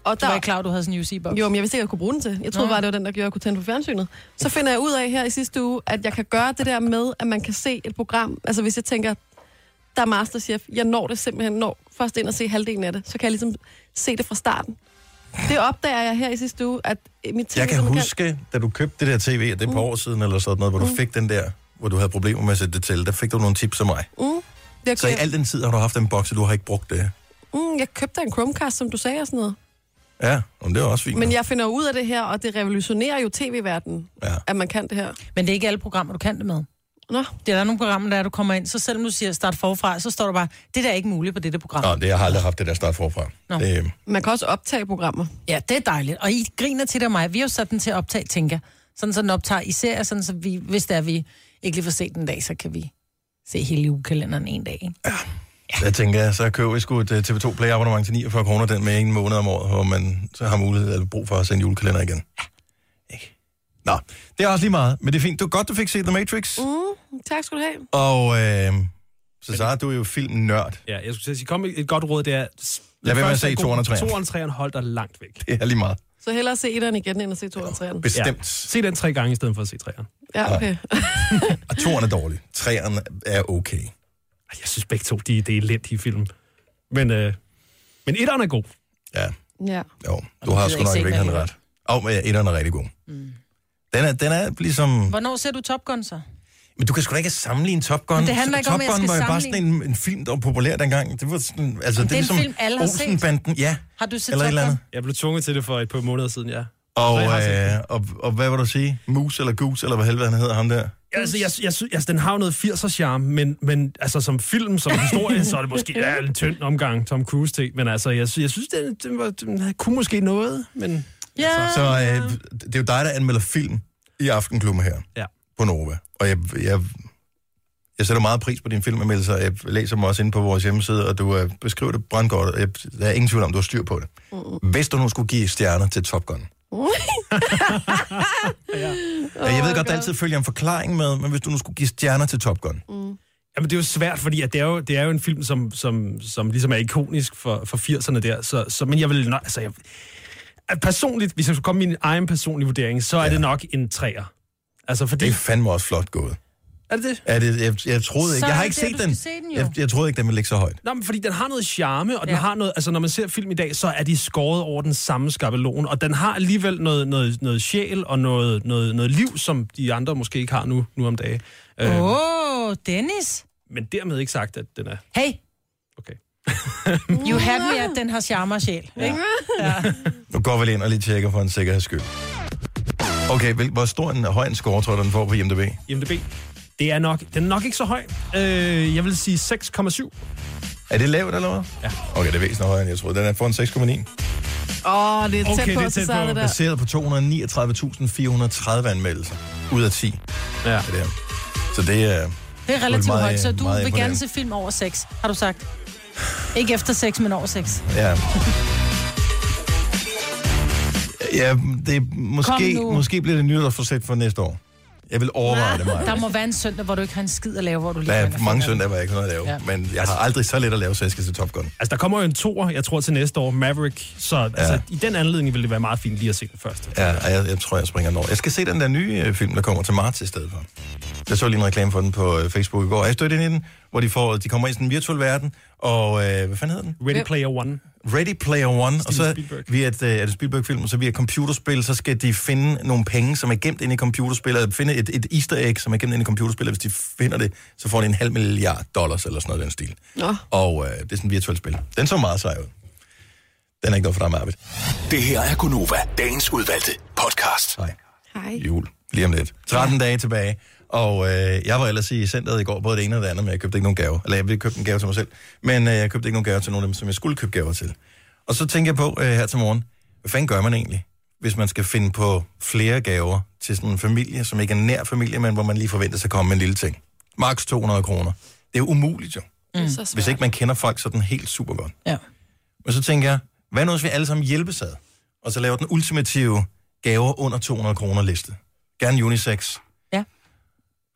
B: Og
C: Du
B: der,
C: var ikke klar, over, du havde sådan en UC-boks.
B: Jo, men jeg vidste ikke, at jeg kunne bruge den til. Jeg troede
C: Nå.
B: bare, det var den, der gjorde, at jeg kunne tænde på fjernsynet. Så finder jeg ud af her i sidste uge, at jeg kan gøre det der med, at man kan se et program. Altså hvis jeg tænker, der er Masterchef, jeg når det simpelthen, når først ind og se halvdelen af det, så kan jeg ligesom se det fra starten. Det opdager jeg her i sidste uge, at mit tv
A: Jeg kan
C: ligesom-
A: huske, da du købte det der tv, og det er
C: Mm.
A: et par år siden, eller sådan noget, hvor du fik den der, hvor du havde problemer med at sætte det til, der fik du nogle tips af mig.
B: Jeg,
A: Så i
B: køb,
A: al den tid har du haft den boks, og du har ikke brugt det.
B: mm, jeg købte en Chromecast, som du sagde og sådan noget.
A: Ja, men det er også fint.
B: Men jeg finder ud af det her, og det revolutionerer jo tv-verdenen,
A: Ja.
B: at man kan det her.
C: Men det er ikke alle programmer, du kan det med.
B: Nå,
C: Det er der nogle programmer, der er, du kommer ind, så selvom du siger start forfra, så står der bare, det der er ikke muligt på dette program.
A: Nå, det jeg har aldrig haft det der start forfra.
C: Nå.
A: Det, øh,
B: man kan også optage programmer.
C: Ja, det er dejligt. Og I griner til det og mig. Vi har jo sat den til at optage, tænker jeg. Sådan, så den optager i serier, sådan, så vi, hvis der vi ikke lige får set den dag, så kan vi se hele julekalenderen en dag. Ikke?
A: jeg tænker, så køber vi sgu et øh, TV2 Play abonnement til 49 kroner, den med en måned om året, hvor man så har mulighed eller brug for at sende julekalender igen. Ikke? Nå, det er også lige meget, men det er fint. Det var godt, du fik set The Matrix. Mm.
B: Tak skal du have.
A: Og øh, så Sara, du er jo filmnørd.
F: Ja, jeg skulle til at sige, kom med et godt råd, det er... s-
A: Lad være med at
F: første
A: se
F: er god.
A: toeren og treeren.
F: Toeren og treeren, hold dig langt væk.
A: Det er lige meget.
B: Så hellere se etteren igen, end at se 203'eren.
A: Bestemt. Ja.
F: Se den tre gange, i stedet for at se treeren.
B: Ja, okay.
A: Og toren er dårlig. Træerne er okay.
F: Ej, Jeg synes begge to, de, det er elendige film. Men, øh, men etteren er god.
A: Ja,
B: ja.
A: jo. Du har
C: jeg
A: sgu
C: ikke
A: nok
C: set
A: ikke
C: den
A: han ret. Og med etteren er rigtig god. Mm. Den er, den er ligesom...
C: Hvornår ser du Top Gun så?
A: Men du kan sgu da ikke sammenligne Top Gun.
C: Men det handler ikke
A: Top
C: om, at jeg
A: Gun
C: skal
A: var jo bare sådan en, en film, der var populær dengang. Det var sådan... Altså, det,
C: det er en
A: ligesom
C: film, alle har set.
A: Olsenbanden, ja.
C: Har du set
A: Eller et
C: Top
A: eller andet.
C: Gun?
F: Jeg blev tvunget til det for et par måneder siden, ja.
A: Og,
F: jeg har set
A: øh, og, og, hvad vil du sige? Mus eller Goose, eller hvad helvede han hedder ham der?
F: Ja, Altså, jeg, jeg, sy- altså, den har jo noget 80'er charme, men, men altså, som film, som historie, så er det måske ja, en tynd omgang, Tom Cruise ting. Men altså, jeg, sy- jeg synes, den, den, var, den kunne måske noget, men...
C: Ja.
A: Så øh, det er jo dig, der anmelder film i Aftenklubben her.
F: Ja.
A: På Nova. Og jeg, jeg, jeg sætter meget pris på dine filmanmeldelser. Jeg læser dem også inde på vores hjemmeside, og du øh, beskriver det brandgodt. og Jeg, der er ingen tvivl om, du har styr på det. Mm. Hvis du nu skulle give stjerner til Top Gun. ja. Jeg ved godt, der altid følger en forklaring med, men hvis du nu skulle give stjerner til Top Gun. Mm.
F: Jamen, det er jo svært, fordi at det, er jo, det er jo en film, som, som, som ligesom er ikonisk for, for 80'erne der. Så, så, men jeg vil nok... Altså, jeg, at personligt, hvis jeg skulle komme med min egen personlige vurdering, så er ja. det nok en træer. Altså, fordi...
A: Det er
C: Mm.
A: fandme også flot gået.
F: er det det?
A: Er det, jeg, jeg troede ikke.
C: Så
A: Jeg har
C: er
A: ikke
C: det,
A: set
C: du
A: den.
C: skal se den jo.
A: jeg, jeg troede ikke, den ville ligge så højt.
F: Nå, men fordi den har noget charme, og
C: Ja.
F: den ja. har noget... Altså, når man ser film i dag, så er de skåret over den samme skabelon, og den har alligevel noget, noget, noget sjæl og
A: Øhm.
F: noget, noget, noget liv, som de andre måske ikke har nu, nu om dagen.
C: Åh, oh, Dennis.
F: men dermed ikke sagt, at den er
C: Hey,
F: okay.
C: you had me, at den har charme og sjæl. Ja.
A: Nu går vi lige ind og lige tjekker for en sikkerheds skyld. Okay, hvil, hvor stor en høj en score, tror du, den får på IMDb?
F: IMDb, det er nok, den er nok ikke så høj. Øh, jeg vil sige 6,7.
A: Er det lavt eller hvad? Ja. Okay, det er væsentligt højere, end jeg troede. Den er for en 6,9.
B: Åh, oh, det er tæt
F: Okay,
B: okay, på,
F: det er
B: at
F: tæt
B: så er
F: på.
B: det der.
A: Baseret på 239.430 anmeldelser ud af 10 af
F: Ja.
A: det her. Så det er...
C: Det er relativt
A: Meget, øh,
C: højt, så du
A: meget
C: vil gerne
A: imponerende.
C: se film over 6, har du sagt. Ikke efter 6, men over 6.
A: Ja. Ja, det er
C: Kom
A: måske,
C: nu.
A: måske bliver det nytårsforsæt for næste år. Jeg vil overveje det meget.
C: Der må være en søndag, hvor du ikke har en skid at lave, hvor du lige
A: Der
C: kan
A: er
C: være
A: mange
C: fri.
A: søndage, hvor jeg ikke har noget at lave.
C: Ja.
A: Men jeg har aldrig så lidt at lave, så jeg skal se Top Gun.
F: Altså, der kommer jo en toer, jeg tror, til næste år, Maverick. Så ja. altså, i den anledning ville det være meget fint lige at se den første.
A: Ja, og jeg, jeg tror, jeg springer den over. Jeg skal se den der nye øh, film, der kommer til marts i stedet for. Jeg så lige en reklame for den på øh, Facebook i går. Er Jeg stødt ind i den, hvor de, får, de kommer ind i sådan en virtuel verden, og øh, hvad fanden hedder den?
F: Ready
B: Hvem-
F: Player One.
A: Ready Player One, og så
F: Spielberg.
A: via et, øh, er det Spielberg-film, og så via et computerspil, så skal de finde nogle penge, som er gemt inde i computerspillet, finde et, et easter egg, som er gemt inde i computerspillet, hvis de finder det, så får de en halv milliard dollars, eller sådan noget i den stil.
B: Nå.
A: Og øh, det er sådan et virtuelt spil. Den så meget sej ud. Den er ikke noget for dig, Marvitt.
E: Det her er Gunova, dagens udvalgte podcast.
A: Nej.
B: Hej.
A: jul lige om lidt. 13 dage tilbage, og øh, jeg var ellers i centret i går, både det ene og det andet, men jeg købte ikke nogen gave. Eller jeg købte en gave til mig selv, men øh, jeg købte ikke nogen gave til nogen af dem, som jeg skulle købe gaver til. Og så tænker jeg på øh, her til morgen, hvad fanden gør man egentlig, hvis man skal finde på flere gaver til sådan en familie, som ikke er nær familie, men hvor man lige forventer sig at komme med en lille ting. Max 200 kroner. Det er jo umuligt jo,
B: Det er så svært.
A: hvis ikke man kender folk sådan helt super godt.
C: Ja.
A: Men så tænker jeg, hvad nu hvis vi alle sammen hjælpes ad? Og så laver den ultimative gaver under 200 kroner liste. Gerne unisex.
C: Ja.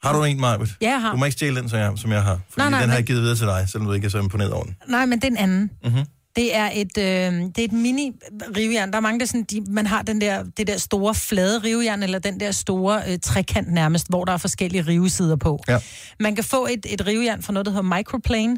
A: Har du en, Marbet?
C: Ja, jeg har.
A: Du må ikke stjæle den, som jeg, som jeg har. Fordi nej,
C: Nej, nej,
A: nej, den har
C: men-
A: jeg givet videre til dig, selvom du ikke er så imponeret over den.
C: Nej, men den anden.
A: Mhm.
C: Mm-hmm. Det er et, øh, det er et mini rivejern. Der er mange, der sådan, de, man har den der, det der store flade rivejern, eller den der store øh, trekant nærmest, hvor der er forskellige rivesider på.
A: Ja.
C: Man kan få et, et rivejern fra noget, der hedder microplane,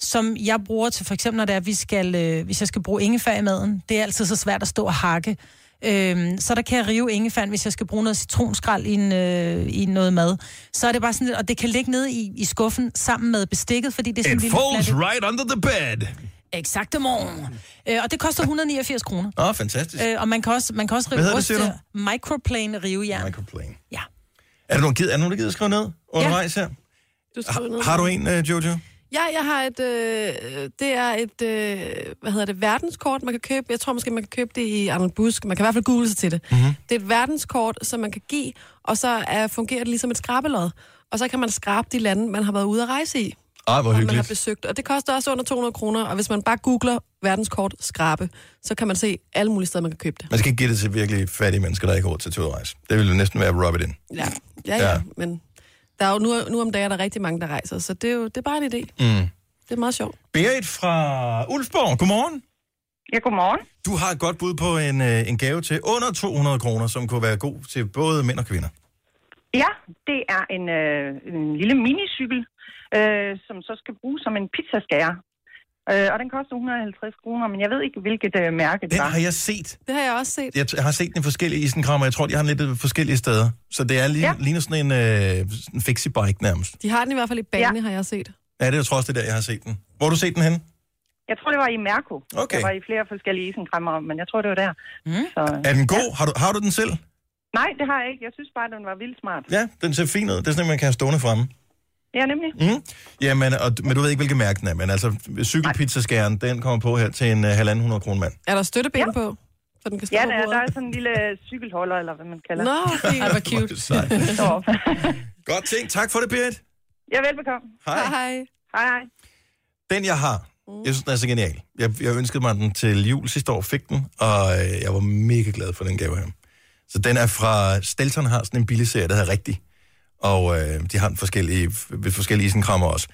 C: som jeg bruger til for eksempel, når det er, vi skal, øh, hvis jeg skal bruge ingefær i maden. Det er altid så svært at stå og hakke. Øhm, så der kan jeg rive ingefæren, hvis jeg skal bruge noget citronskrald i, en, øh, i noget mad. Så er det bare sådan lidt, og det kan ligge nede i, i skuffen sammen med bestikket, fordi det er sådan en lille flatte-
A: right under the bed.
C: Exakt morgen. Øh, og det koster 189 kroner.
A: Åh, oh, fantastisk.
C: Øh, og man kan også, man kan også
A: Hvad
C: rive
A: hedder det,
C: ost
A: siger
C: til microplane rivejern.
A: Microplane.
C: Ja.
A: Er der nogen, gid- er der nogen, der gider at skrive ned undervejs her?
B: Du skriver ned.
A: Har du en, uh, Jojo?
B: Ja, jeg har et, øh, det er et, øh, hvad hedder det, verdenskort, man kan købe. Jeg tror måske, man kan købe det i Arnold Busk. Man kan i hvert fald google sig til det. Mm-hmm. Det er et verdenskort, som man kan give, og så er, fungerer det ligesom et skrabelod. Og så kan man skrabe de lande, man har været ude at rejse i,
A: Ej, hvor
B: og man har
A: hyggeligt.
B: besøgt. Og det koster også under 200 kroner, og hvis man bare googler verdenskort skrabe, så kan man se alle mulige steder, man kan købe det.
A: Man skal ikke give det til virkelig fattige mennesker, der ikke har råd til at tage ud og rejse. Det ville jo næsten være at rub it in.
B: Ja, ja, ja.
A: Ja.
B: ja. men der er jo, nu, nu om dagen er der rigtig mange, der rejser, så det er jo det er bare en idé. Mm. Det er meget sjovt.
A: Berit fra Ulfborg, godmorgen.
G: Ja, godmorgen.
A: Du har et godt bud på en, øh, en gave til under 200 kroner, som kunne være god til både mænd og kvinder.
G: Ja, det er en, øh, en lille minicykel, øh, som så skal bruges som en pizzaskærer. Øh, og den koster 150 kroner, men jeg ved ikke, hvilket øh, mærke det
A: Den
G: var.
A: har jeg set.
B: Det har jeg også set.
A: Jeg, t- jeg har set den i forskellige isenkrammer. Jeg tror, de har den lidt øh, forskellige steder. Så det er lige, ja.
G: Ja.
A: ligner sådan en, øh, sådan en fixie-bike nærmest.
B: De har den i hvert fald i bane, ja. har jeg set.
A: Ja, det er jo trods det der, jeg har set den. Hvor har du set den hen?
G: Jeg tror, det var i Mærko.
A: Okay.
G: Det var i flere forskellige isenkrammer, men jeg tror, det var der. Mm. Så, øh,
A: Er den god? Ja. Har, du, har du den selv?
G: nej, det har jeg ikke. Jeg synes bare, den var vildt smart.
A: Ja, den ser fin ud. Det er sådan, en, man kan have stående fremme.
G: Ja, nemlig.
A: Mm. Jamen, og, men du ved ikke, hvilken mærke den er. Men altså, cykelpizzaskæren, den kommer på her til en øh, halvanden hundrede kroner mand.
B: Er der støtteben ja. på? Så den kan stå
G: Ja,
B: på
G: der, er- der
B: bordet?
G: er sådan en lille øh, cykelholder, eller hvad man kalder
B: Nå,
C: Ej,
B: fint.
C: hvor cute.
A: Sejt.
G: det. deroppe.
A: Godt ting. Tak for det, Berit.
G: ja, velbekomme.
B: Hej, hej.
G: Hej, hej.
A: Den, jeg har, jeg synes, den er så genial. Jeg, jeg ønskede mig den til jul sidste år, fik den, og øh, jeg var mega glad for den gave her. Så den er fra, Stelton har sådan en billig serie, der hedder Rigtig. Og øh, de har den forskellige, ved forskellige isenkrammer også.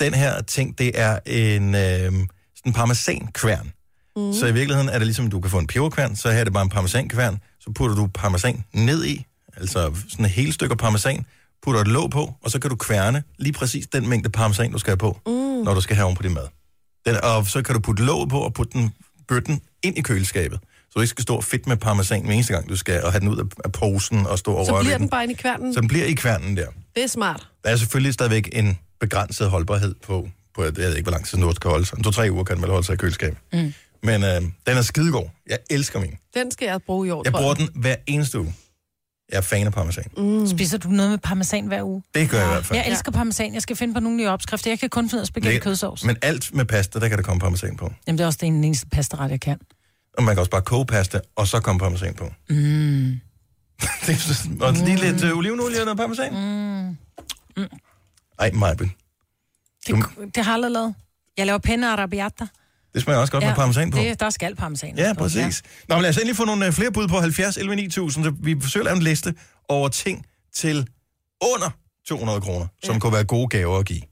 A: Den her ting, det er en, øh, sådan en parmesankværn. Mm. Så i virkeligheden er det ligesom, du kan få en peberkværn, så her er det bare en parmesankværn. Så putter du parmesan ned i, altså sådan et hele stykke parmesan, putter et låg på, og så kan du kværne lige præcis den mængde parmesan, du skal have på, mm. når du skal have oven på din mad. Den, og så kan du putte låget på og putte den, bøtten ind i køleskabet, så du ikke skal stå fedt med parmesan hver eneste gang, du skal, og have den ud af, af posen og stå og
B: Så
A: røre
B: bliver
A: ved
B: den bare inde i kværnen.
A: så den bliver i kværnen der.
B: Det er smart.
A: Der er selvfølgelig stadigvæk en begrænset holdbarhed på, på jeg ved ikke, hvor lang tid noget skal holde sig. En to-tre uger kan den vel holde sig i køleskab. Mm. Men øh, den er skidegod. Jeg elsker min.
B: Den skal jeg bruge i år,
A: Jeg
B: tror
A: bruger den hver eneste uge. Jeg er fan af parmesan. Mm.
C: Spiser du noget med parmesan hver uge?
A: Det gør jeg i hvert fald.
C: Jeg elsker parmesan. Jeg skal finde på nogle nye opskrifter. Jeg kan kun finde ud af spaghetti
A: Lækkert.
C: kødsovs.
A: Men alt med pasta, der kan der komme parmesan på.
C: Jamen, det er også det eneste pastaret, jeg kan.
A: Og man kan også bare koge pasta, og så komme parmesan på. Mm. det er sådan, og lige lidt øh, olivenolie og noget parmesan. Mm. Ej, Majben.
C: Det, det har jeg aldrig lavet. Jeg laver penne arabiata.
A: Det smager også godt ja, med parmesan på.
C: Det, der skal parmesan.
A: Ja,
C: på,
A: præcis. Nå, men lad os endelig få nogle øh, flere bud på 70 11 9000. Så vi forsøger at lave en liste over ting til under 200 kroner, som kunne være gode gaver at give.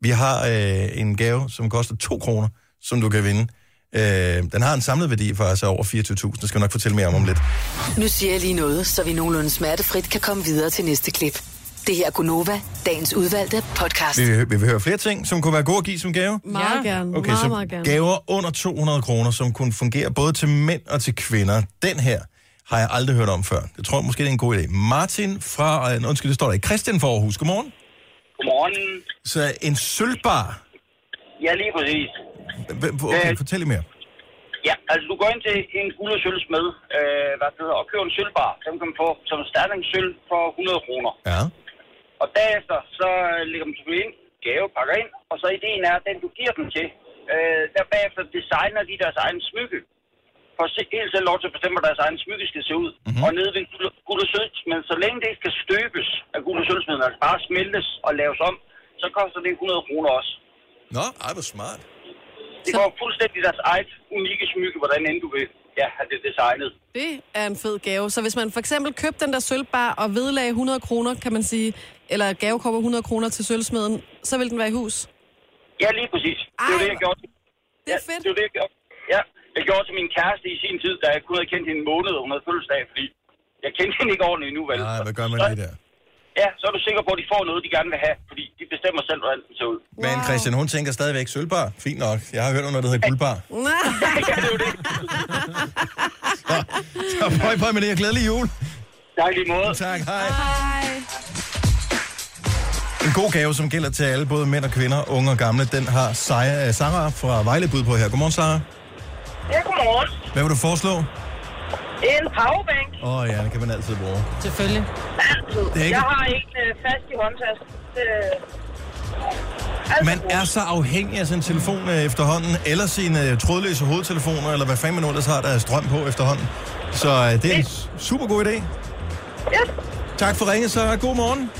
A: Vi har øh, en gave, som koster 2 kroner, som du kan vinde. Øh, den har en samlet værdi for altså over 24.000. Det skal jeg nok fortælle mere om om lidt.
D: Nu siger jeg lige noget, så vi nogenlunde smertefrit kan komme videre til næste klip. Det her er Gunova, dagens udvalgte podcast.
A: Vi vil, vi vil høre flere ting, som kunne være gode at give som gave.
B: jeg. Meget
C: Ja.
B: gerne.
A: Okay,
B: meget,
A: så
B: meget gerne.
A: gaver under 200 kroner, som kunne fungere både til mænd og til kvinder. Den her har jeg aldrig hørt om før. Det tror jeg måske det er en god idé. Martin fra, øh, undskyld, det står der ikke, Christian fra Aarhus. Godmorgen.
H: Godmorgen.
A: Så en sølvbar.
H: Ja, lige præcis.
A: H- h- Okay,
H: Øh.
A: fortæl lidt mere.
H: Ja, altså du går ind til en guld- og sølvsmed, øh, hvad det hedder, og køber en sølvbar. Dem kan man få som stærning sølv for 100 kroner.
A: Ja.
H: Og derefter, så øh, lægger man selvfølgelig ind, gave, pakker ind, og så ideen er, at den du giver den til, øh, der bagefter designer de deres egen smykke. For se, helt selv lov til at bestemme, hvordan deres egen smykke skal se ud. Mm-hmm. Og nede ved guld- guld og sølvsmeden, så længe det ikke skal støbes af guld og sølvsmeden, altså bare smeltes og laves om, så koster det 100 kroner også.
A: Nå, ej, hvor smart.
H: Det går fuldstændig deres eget unikke smykke, hvordan end du vil ja, have det designet.
B: Det er en fed gave. Så hvis man for eksempel købte den der sølvbar og vedlagde 100 kroner, kan man sige, eller gavekopper 100 kroner til sølvsmeden, så vil den være i hus.
H: Ja, lige præcis. Det var
B: Ej,
H: det, jeg gjorde.
B: Det
H: Ja,
B: er fedt.
H: det var det, jeg gjorde. Ja, jeg gjorde til min kæreste i sin tid, da jeg kun havde kendt hende en måned, og hun havde fødselsdag, fordi jeg kendte hende ikke ordentligt endnu, vel?
A: Nej, hvad gør man
H: så,
A: lige der?
H: Ja, så er du sikker på, at de får noget, de gerne vil have, fordi de bestemmer selv, hvordan den ser ud.
A: Men Christian, hun tænker stadigvæk sølvbar. Fint nok. Jeg har hørt om noget, der hedder guldbar.
H: ja, det er jo det.
A: Så prøv, prøv med det. Glædelig jul.
H: Tak i lige måde.
A: Tak, hej. En god gave, som gælder til alle, både mænd og kvinder, unge og gamle, den har Sarah, øh, Sarah fra Vejle bud på her. Godmorgen, Sarah.
G: Ja, godmorgen.
A: Hvad vil du foreslå?
G: En powerbank.
A: Åh oh, ja, det kan man altid bruge.
C: Selvfølgelig.
G: Altid.
A: Det er ikke- Jeg
G: har en øh, fast i Øh. håndtasken.
A: Man
G: Altså,
A: er så afhængig af sin telefon øh, efterhånden, eller sine øh, trådløse hovedtelefoner, eller hvad fanden man nu ellers har, der er strøm på efterhånden. Så øh, det er en s- super god idé.
G: Ja.
A: Tak for ringet, så god morgen.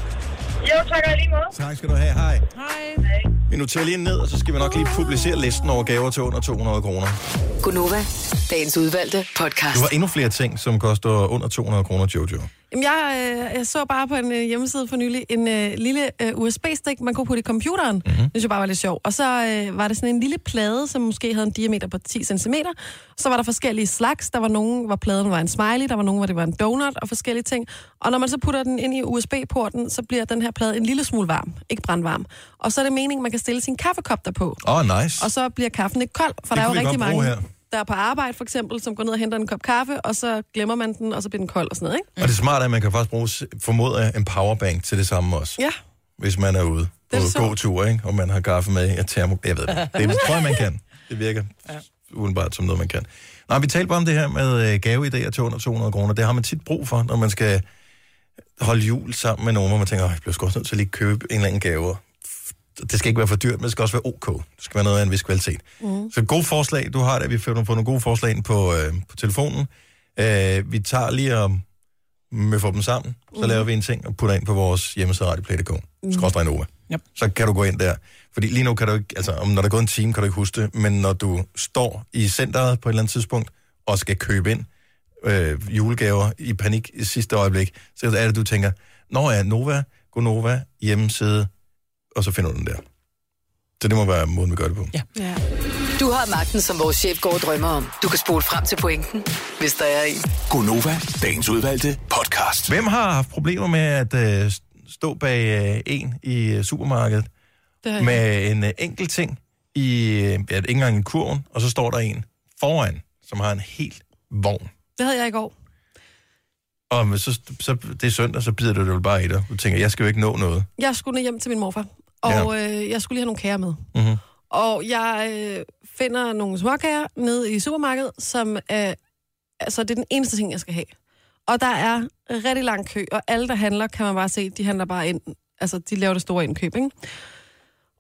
G: Jo, tak og lige måde.
A: Tak skal du have. Hej.
C: Hej.
A: Vi noterer lige ned, og så skal vi nok lige publicere listen over gaver til under 200 kroner.
D: Gunova, dagens udvalgte
A: Du
D: podcast.
A: har endnu flere ting, som koster under 200 kroner, Jojo.
B: Jamen, jeg, øh, jeg så bare på en øh, hjemmeside for nylig en øh, lille øh, USB-stik, man kunne putte i computeren.
A: Mhm.
B: Mm-hmm. Det synes jeg bare var lidt sjovt. Og så øh, var det sådan en lille plade, som måske havde en diameter på 10 cm. Så var der forskellige slags. Der var nogen, hvor pladen var en smiley, der var nogen, hvor det var en donut og forskellige ting. Og når man så putter den ind i USB-porten, så bliver den her plade en lille smule varm. Ikke brandvarm. Og så er det meningen, man kan stille sin kaffekop derpå.
A: Åh, oh, nice.
B: Og så bliver kaffen ikke kold, for
A: Det
B: det der er
A: kunne
B: jo
A: vi
B: rigtig
A: godt bruge
B: mange,
A: her.
B: her. der er på arbejde for eksempel, som går ned og henter en kop kaffe, og så glemmer man den, og så bliver den kold og sådan noget, ikke?
A: Og det smarte er, at man kan faktisk bruge, formoder jeg, en powerbank til det samme også.
B: Ja.
A: Hvis man er ude på
B: er så-
A: god tur, ikke? Og man har kaffe med i et termo... Jeg ved det. Det er- tror jeg, man kan. Det virker ja. udenbart som noget, man kan. Nej, vi talte bare om det her med øh, gaveidéer til under 200 kroner. Det har man tit brug for, når man skal holde jul sammen med nogen, hvor man tænker, "Åh, jeg bliver sgu også nødt til at lige købe en eller anden gave. Det skal ikke være for dyrt, men det skal også være ok. Det skal være noget af en vis kvalitet. Mm. Så gode forslag, du har der. Vi får nogle gode forslag ind på, øh, på telefonen. Øh, vi tager lige og møffer dem sammen, så mm. laver vi en ting og putter ind på vores hjemmeside radioplay.dk. Mm. Skråstrej Nova.
C: Yep.
A: Så kan du gå ind der. Fordi lige nu kan du ikke, altså om når der er gået en time, kan du ikke huske det, men når du står i centret på et eller andet tidspunkt og skal købe ind øh, julegaver i panik i sidste øjeblik, så er det, du tænker, Nå ja, Nova, Gonova, hjemmeside, og så finder du den der. Så det må være måden, vi gør det på. Ja.
B: Ja.
D: Du har magten, som vores chef går og drømmer om. Du kan spole frem til pointen, hvis der er en.
E: Gonova, dagens udvalgte podcast.
A: Hvem har haft problemer med at øh, stå bag øh, en i øh, supermarkedet,
B: Det har jeg.
A: med en øh, enkelt ting i øh, ja, ikke engang i kurven, og så står der en foran, som har en helt vogn.
B: Det havde jeg i går.
A: Og men så, så det er søndag, så bider du det jo bare i dig. Du tænker, jeg skal jo ikke nå noget.
B: Jeg skulle ned hjem til min morfar, og øh, jeg skulle lige have nogle kager med.
A: Mhm.
B: Og jeg øh, finder nogle småkager nede i supermarkedet, som øh, altså, det er den eneste ting, jeg skal have. Og der er rigtig lang kø, og alle, der handler, kan man bare se, de handler bare ind. Altså, de laver det store indkøb, ikke?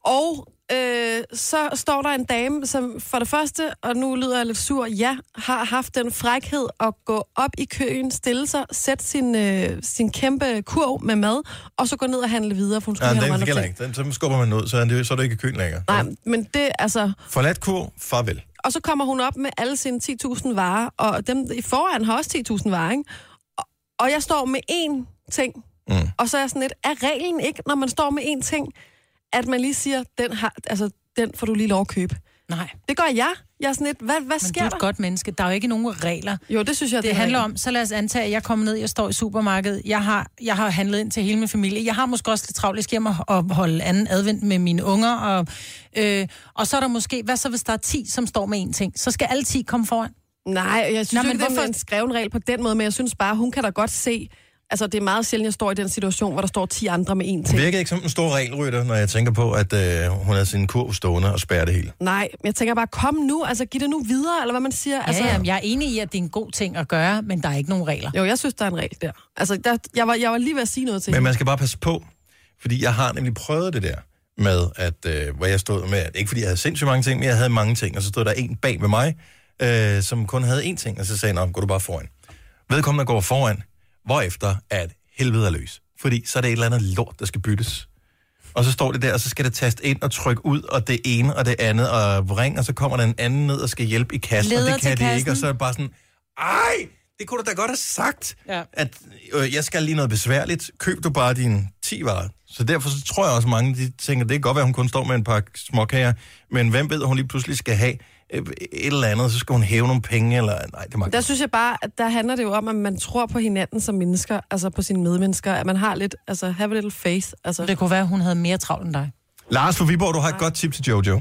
B: Og øh, så står der en dame, som for det første, og nu lyder jeg lidt sur, ja, har haft den frækhed at gå op i køen, stille sig, sætte sin, øh, sin kæmpe kurv med mad, og så gå ned og handle videre, for hun skulle
A: Ja,
B: ja, have
A: den
B: nogle
A: gælder
B: andre ting.
A: ikke. Den, så skubber man ud, så er, det, så er det ikke i køen længere.
B: Nej, men det, altså...
A: Forladt kur, farvel.
B: Og så kommer hun op med alle sine 10.000 varer, og dem i foran har også 10.000 varer, ikke? Og, og jeg står med én ting, mm. og så er jeg sådan lidt, er reglen ikke, når man står med én ting, at man lige siger, den, har, altså, den får du lige lov at købe.
C: Nej.
B: Det gør jeg. Jeg er sådan lidt, hvad, hvad
C: Men
B: sker
C: du er et
B: der?
C: godt menneske. Der er jo ikke nogen regler.
B: Jo, det synes jeg,
C: Det handler
B: rigtigt.
C: om, så lad os antage, at jeg kommer ned, jeg står i supermarkedet, jeg har, jeg har handlet ind til hele min familie, jeg har måske også lidt travlt, jeg skal hjem og, og holde anden advent med mine unger, og, øh, og så er der måske, hvad så hvis der er 10, som står med en ting? Så skal alle 10 komme foran.
B: Nej, jeg synes
C: Nå,
B: Nå,
C: men
B: ikke, det er
C: hvorfor-
B: en skreven regel på den måde, men jeg synes bare, hun kan da godt se, altså det er meget sjældent, jeg står i den situation, hvor der står 10 andre med én
A: Hun
B: ting.
A: virker ikke som en stor regelrytter, når jeg tænker på, at øh, hun har sin kurv stående og spærrer det hele.
B: Nej, jeg tænker bare, kom nu, altså giv det nu videre, eller hvad man siger.
C: Altså,
B: altså,
C: ja, jamen, jeg er enig i, at det er en god ting at gøre, men der er ikke nogen regler.
B: Jo, jeg synes, der er en regel der. Altså, der, jeg, var, jeg var lige ved at sige noget til
A: Men
B: hende.
A: man skal bare passe på, fordi jeg har nemlig prøvet det der med, at øh, hvor jeg stod med, at ikke fordi jeg havde sindssygt mange ting, men jeg havde mange ting, og så stod der en bag ved mig, øh, som kun havde én ting, og så sagde han, går du bare foran. Vedkommende går foran, hvorefter at helvede er løs. Fordi så er det et eller andet lort, der skal byttes. Og så står det der, og så skal det taste ind og trykke ud, og det ene og det andet, og ring, og så kommer der en anden ned og skal hjælpe i kassen,
C: Leder
A: og det kan
C: til
A: de ikke,
C: kassen.
A: og så er det bare sådan, ej, det kunne du da godt have sagt,
C: Ja.
A: at øh, jeg skal lige noget besværligt, køb du bare dine 10 varer. Så derfor så tror jeg også mange, de tænker, det kan godt være, hun kun står med en pakke småkager, men hvem ved, hun lige pludselig skal have øh, et eller andet, så skal hun hæve nogle penge, eller nej, det er
B: Der
A: meget
B: synes jeg bare, at der handler det jo om, at man tror på hinanden som mennesker, altså på sine medmennesker, at man har lidt, altså have a little faith. Altså.
C: Det kunne være, at hun havde mere travlt end dig.
A: Lars fra Viborg, du har et godt tip til Jojo.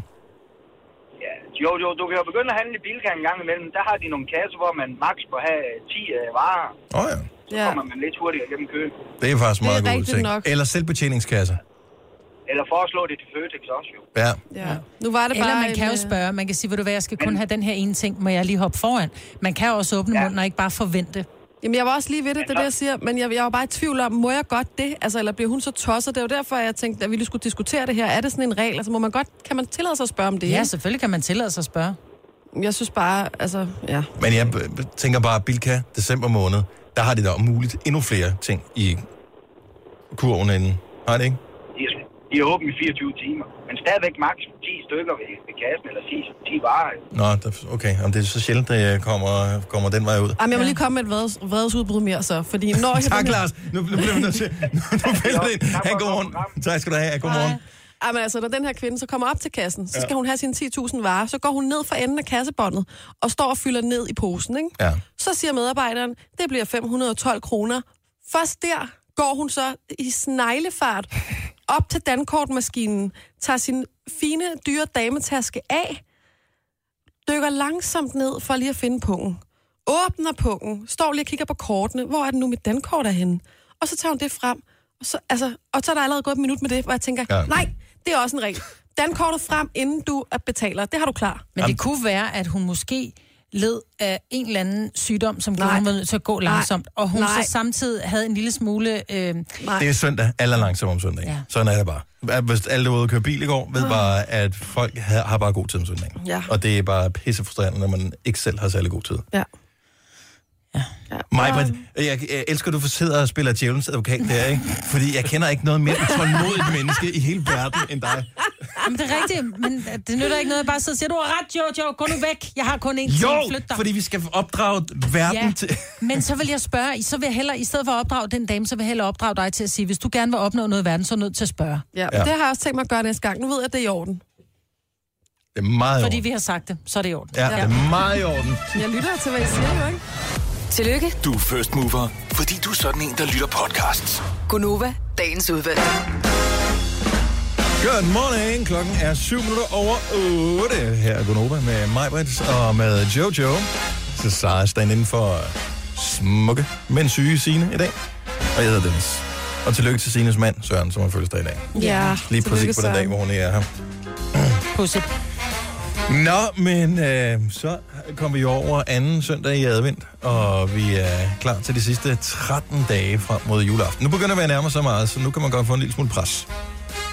H: Ja, jo, jo, du kan jo begynde at handle i Bilka en gang imellem. Der har de nogle kasser, hvor man maks må have øh, 10 øh, varer.
A: Åh oh, ja,
H: Så
B: Ja.
H: kommer man lidt hurtigere gennem køen.
A: det er faktisk
B: Det er
A: meget god
B: rigtigt
A: ting.
B: nok.
A: Eller selvbetjeningskasser.
H: Eller foreslå det til Føtex også jo.
A: Ja.
B: Ja. Nu var det
C: Eller
B: bare
C: man kan
B: en,
C: jo
B: øh,
C: spørge, man kan sige, ved du hvad, jeg skal kun have den her ene ting, må jeg lige hoppe foran. Man kan jo også åbne ja. munden og ikke bare forvente.
B: Jamen, jeg var også lige ved det, det er det, jeg siger, men jeg, jeg var bare i tvivl om, må jeg godt det? Altså, eller bliver hun så tosset? Det er jo derfor, jeg tænkte, at vi lige skulle diskutere det her. Er det sådan en regel? Altså, må man godt, kan man tillade sig at spørge om det?
C: Ja,
B: ikke?
C: selvfølgelig kan man tillade sig at spørge.
B: Jeg synes bare, altså, ja.
A: Men jeg b- b- tænker bare, Bilka, december måned, der har de da om muligt endnu flere ting i kurven inden. Har det ikke?
H: De er, de er åbne i 24 timer. Men stadigvæk maks 10 stykker ved, ved kassen, eller 10, 10 varer. jo.
A: Nå, der- okay. Jamen, det er så sjældent, at jeg kommer, kommer den vej ud.
B: Jamen, jeg må lige komme med et vreds, vredesudbrud mere, så. Fordi når jeg...
A: Tak, Lars. Nu, nu bliver vi nødt til... Nu, nu fælder det ind.
H: Tak for
A: Ha'
H: et godt
A: godmorgen.
H: program.
A: Tak skal du have. Ha' godmorgen.
B: Ej, men altså, når den her kvinde så kommer op til kassen, så skal hun have sine 10.000 varer, så går hun ned for enden af kassebåndet og står og fylder ned i posen, ikke?
A: Ja.
B: Så siger medarbejderen, det bliver 512 kroner. Først der går hun så i sneglefart op til dankortmaskinen, tager sin fine, dyre dametaske af, dykker langsomt ned for lige at finde pungen. Åbner pungen, står lige og kigger på kortene. Hvor er det nu, mit dankort er henne? Og så tager hun det frem. Og så, altså, og så er der allerede gået et minut med det, hvor jeg tænker,
A: Ja.
B: ja. nej, det er også en regel. Dankortet frem, inden du er betaler. Det har du klar.
C: Men det kunne være, at hun måske led af en eller anden sygdom, som gjorde,
B: Nej.
C: at hun var nødt til at gå
B: Nej.
C: langsomt. Og hun
B: Nej.
C: så samtidig havde en lille smule... Øh,
A: Det er søndag. Alle er langsomme om søndag.
C: Ja. Ah.
A: Sådan er det bare. Hvis alle derude kører bil i går, ved bare, at folk har har bare god tid om søndagen.
B: Ja.
A: Og det er bare pissefrustrerende, når man ikke selv har særlig god tid.
B: Ja.
A: Maj, jeg, jeg elsker, at du sidder og spiller djævelens advokat der, ikke? Fordi jeg kender ikke noget mere utålmodigt menneske i hele verden end dig.
C: jamen, det er rigtigt, men det nytter ikke noget, at jeg bare sidder og siger, du har ret, Jojo, gå nu væk. Jeg har kun én ting,
A: Jo,
C: flyt dig.
A: fordi vi skal opdrage verden
C: Ja,
A: til...
C: men så vil jeg spørge, så vil jeg hellere, i stedet for at opdrage den dame, så vil jeg hellere opdrage dig til at sige, hvis du gerne vil opnå noget i verden, så er du nødt til at spørge.
B: Ja,
A: Ja.
B: ja. det har jeg også tænkt mig at gøre næste gang. Nu ved jeg, at det er i orden.
A: Det er meget i
C: Fordi
A: orden.
C: vi har sagt det, så er det i orden.
A: Ja, det er meget i orden.
B: Jeg lytter til, hvad I siger, jo ikke?
D: Tillykke,
E: Du er first mover, fordi du er sådan en, der lytter podcasts.
D: Gunova, dagens udvalgte.
A: Good morning. Klokken er 7 minutter over 8. Her er Gunova med Majbrits og med Jojo. Så Sara er stand inden for smukke, men syge sine i dag. Og jeg hedder Dennis. Og tillykke til Sines mand, Søren, som har fødselsdag i dag.
B: Ja,
A: Lige præcis
B: tillykke,
A: på den dag,
B: Søren.
A: hvor hun er her.
C: Pudsigt.
A: Nå, men øh, så kommer vi over anden søndag i advent, og vi er klar til de sidste 13 dage frem mod juleaften. Nu begynder vi at være nærmere så meget, så nu kan man godt få en lille smule pres.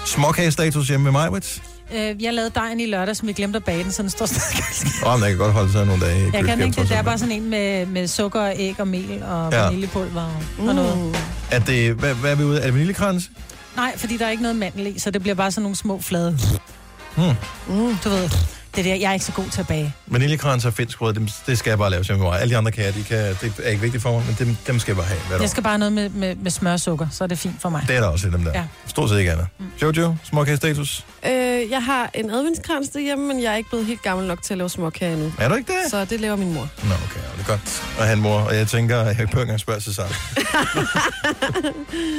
A: Småkagestatus hjemme med mig, Brits.
C: Øh, jeg lavede dejen i lørdags, men vi glemte at bage den, så den står stadig.
A: Åh, men jeg kan godt holde sig nogle dage. i
C: Jeg kan
A: køleskabet,
C: ikke det.
A: trods
C: Der er
A: alt.
C: bare sådan en med, med sukker, og æg og mel
A: Ja.
C: og
A: Uh.
C: ja. vaniljepulver og, og noget.
A: Er det, hvad, hvad er vi ude? Er det vaniljekrans?
C: Nej, fordi der er ikke noget mandel i, så det bliver bare sådan nogle små flade.
A: Hmm.
C: Mm, du ved, det der, jeg er ikke så god til at bage.
A: Vaniljekrans og finsk brød, det, det skal jeg bare lave hjemme med mig. Alle de andre kager, de kan, det er ikke vigtigt for mig, men dem, dem skal jeg bare have. Hvad
C: Jeg skal bare have noget med, med, med smørsukker, så er det fint for mig.
A: Det er der også i dem der. Ja.
C: Ja. Mm.
A: Stort set ikke andet. Jojo, småkagestatus.
B: Øh, jeg har en adventskrans derhjemme, men jeg er ikke blevet helt gammel nok til at lave småkager endnu.
A: Er du ikke det?
B: Så det laver min mor.
A: Nå, okay, ja, det er godt at have en mor, og jeg tænker, at jeg behøver ikke engang spørge sig selv.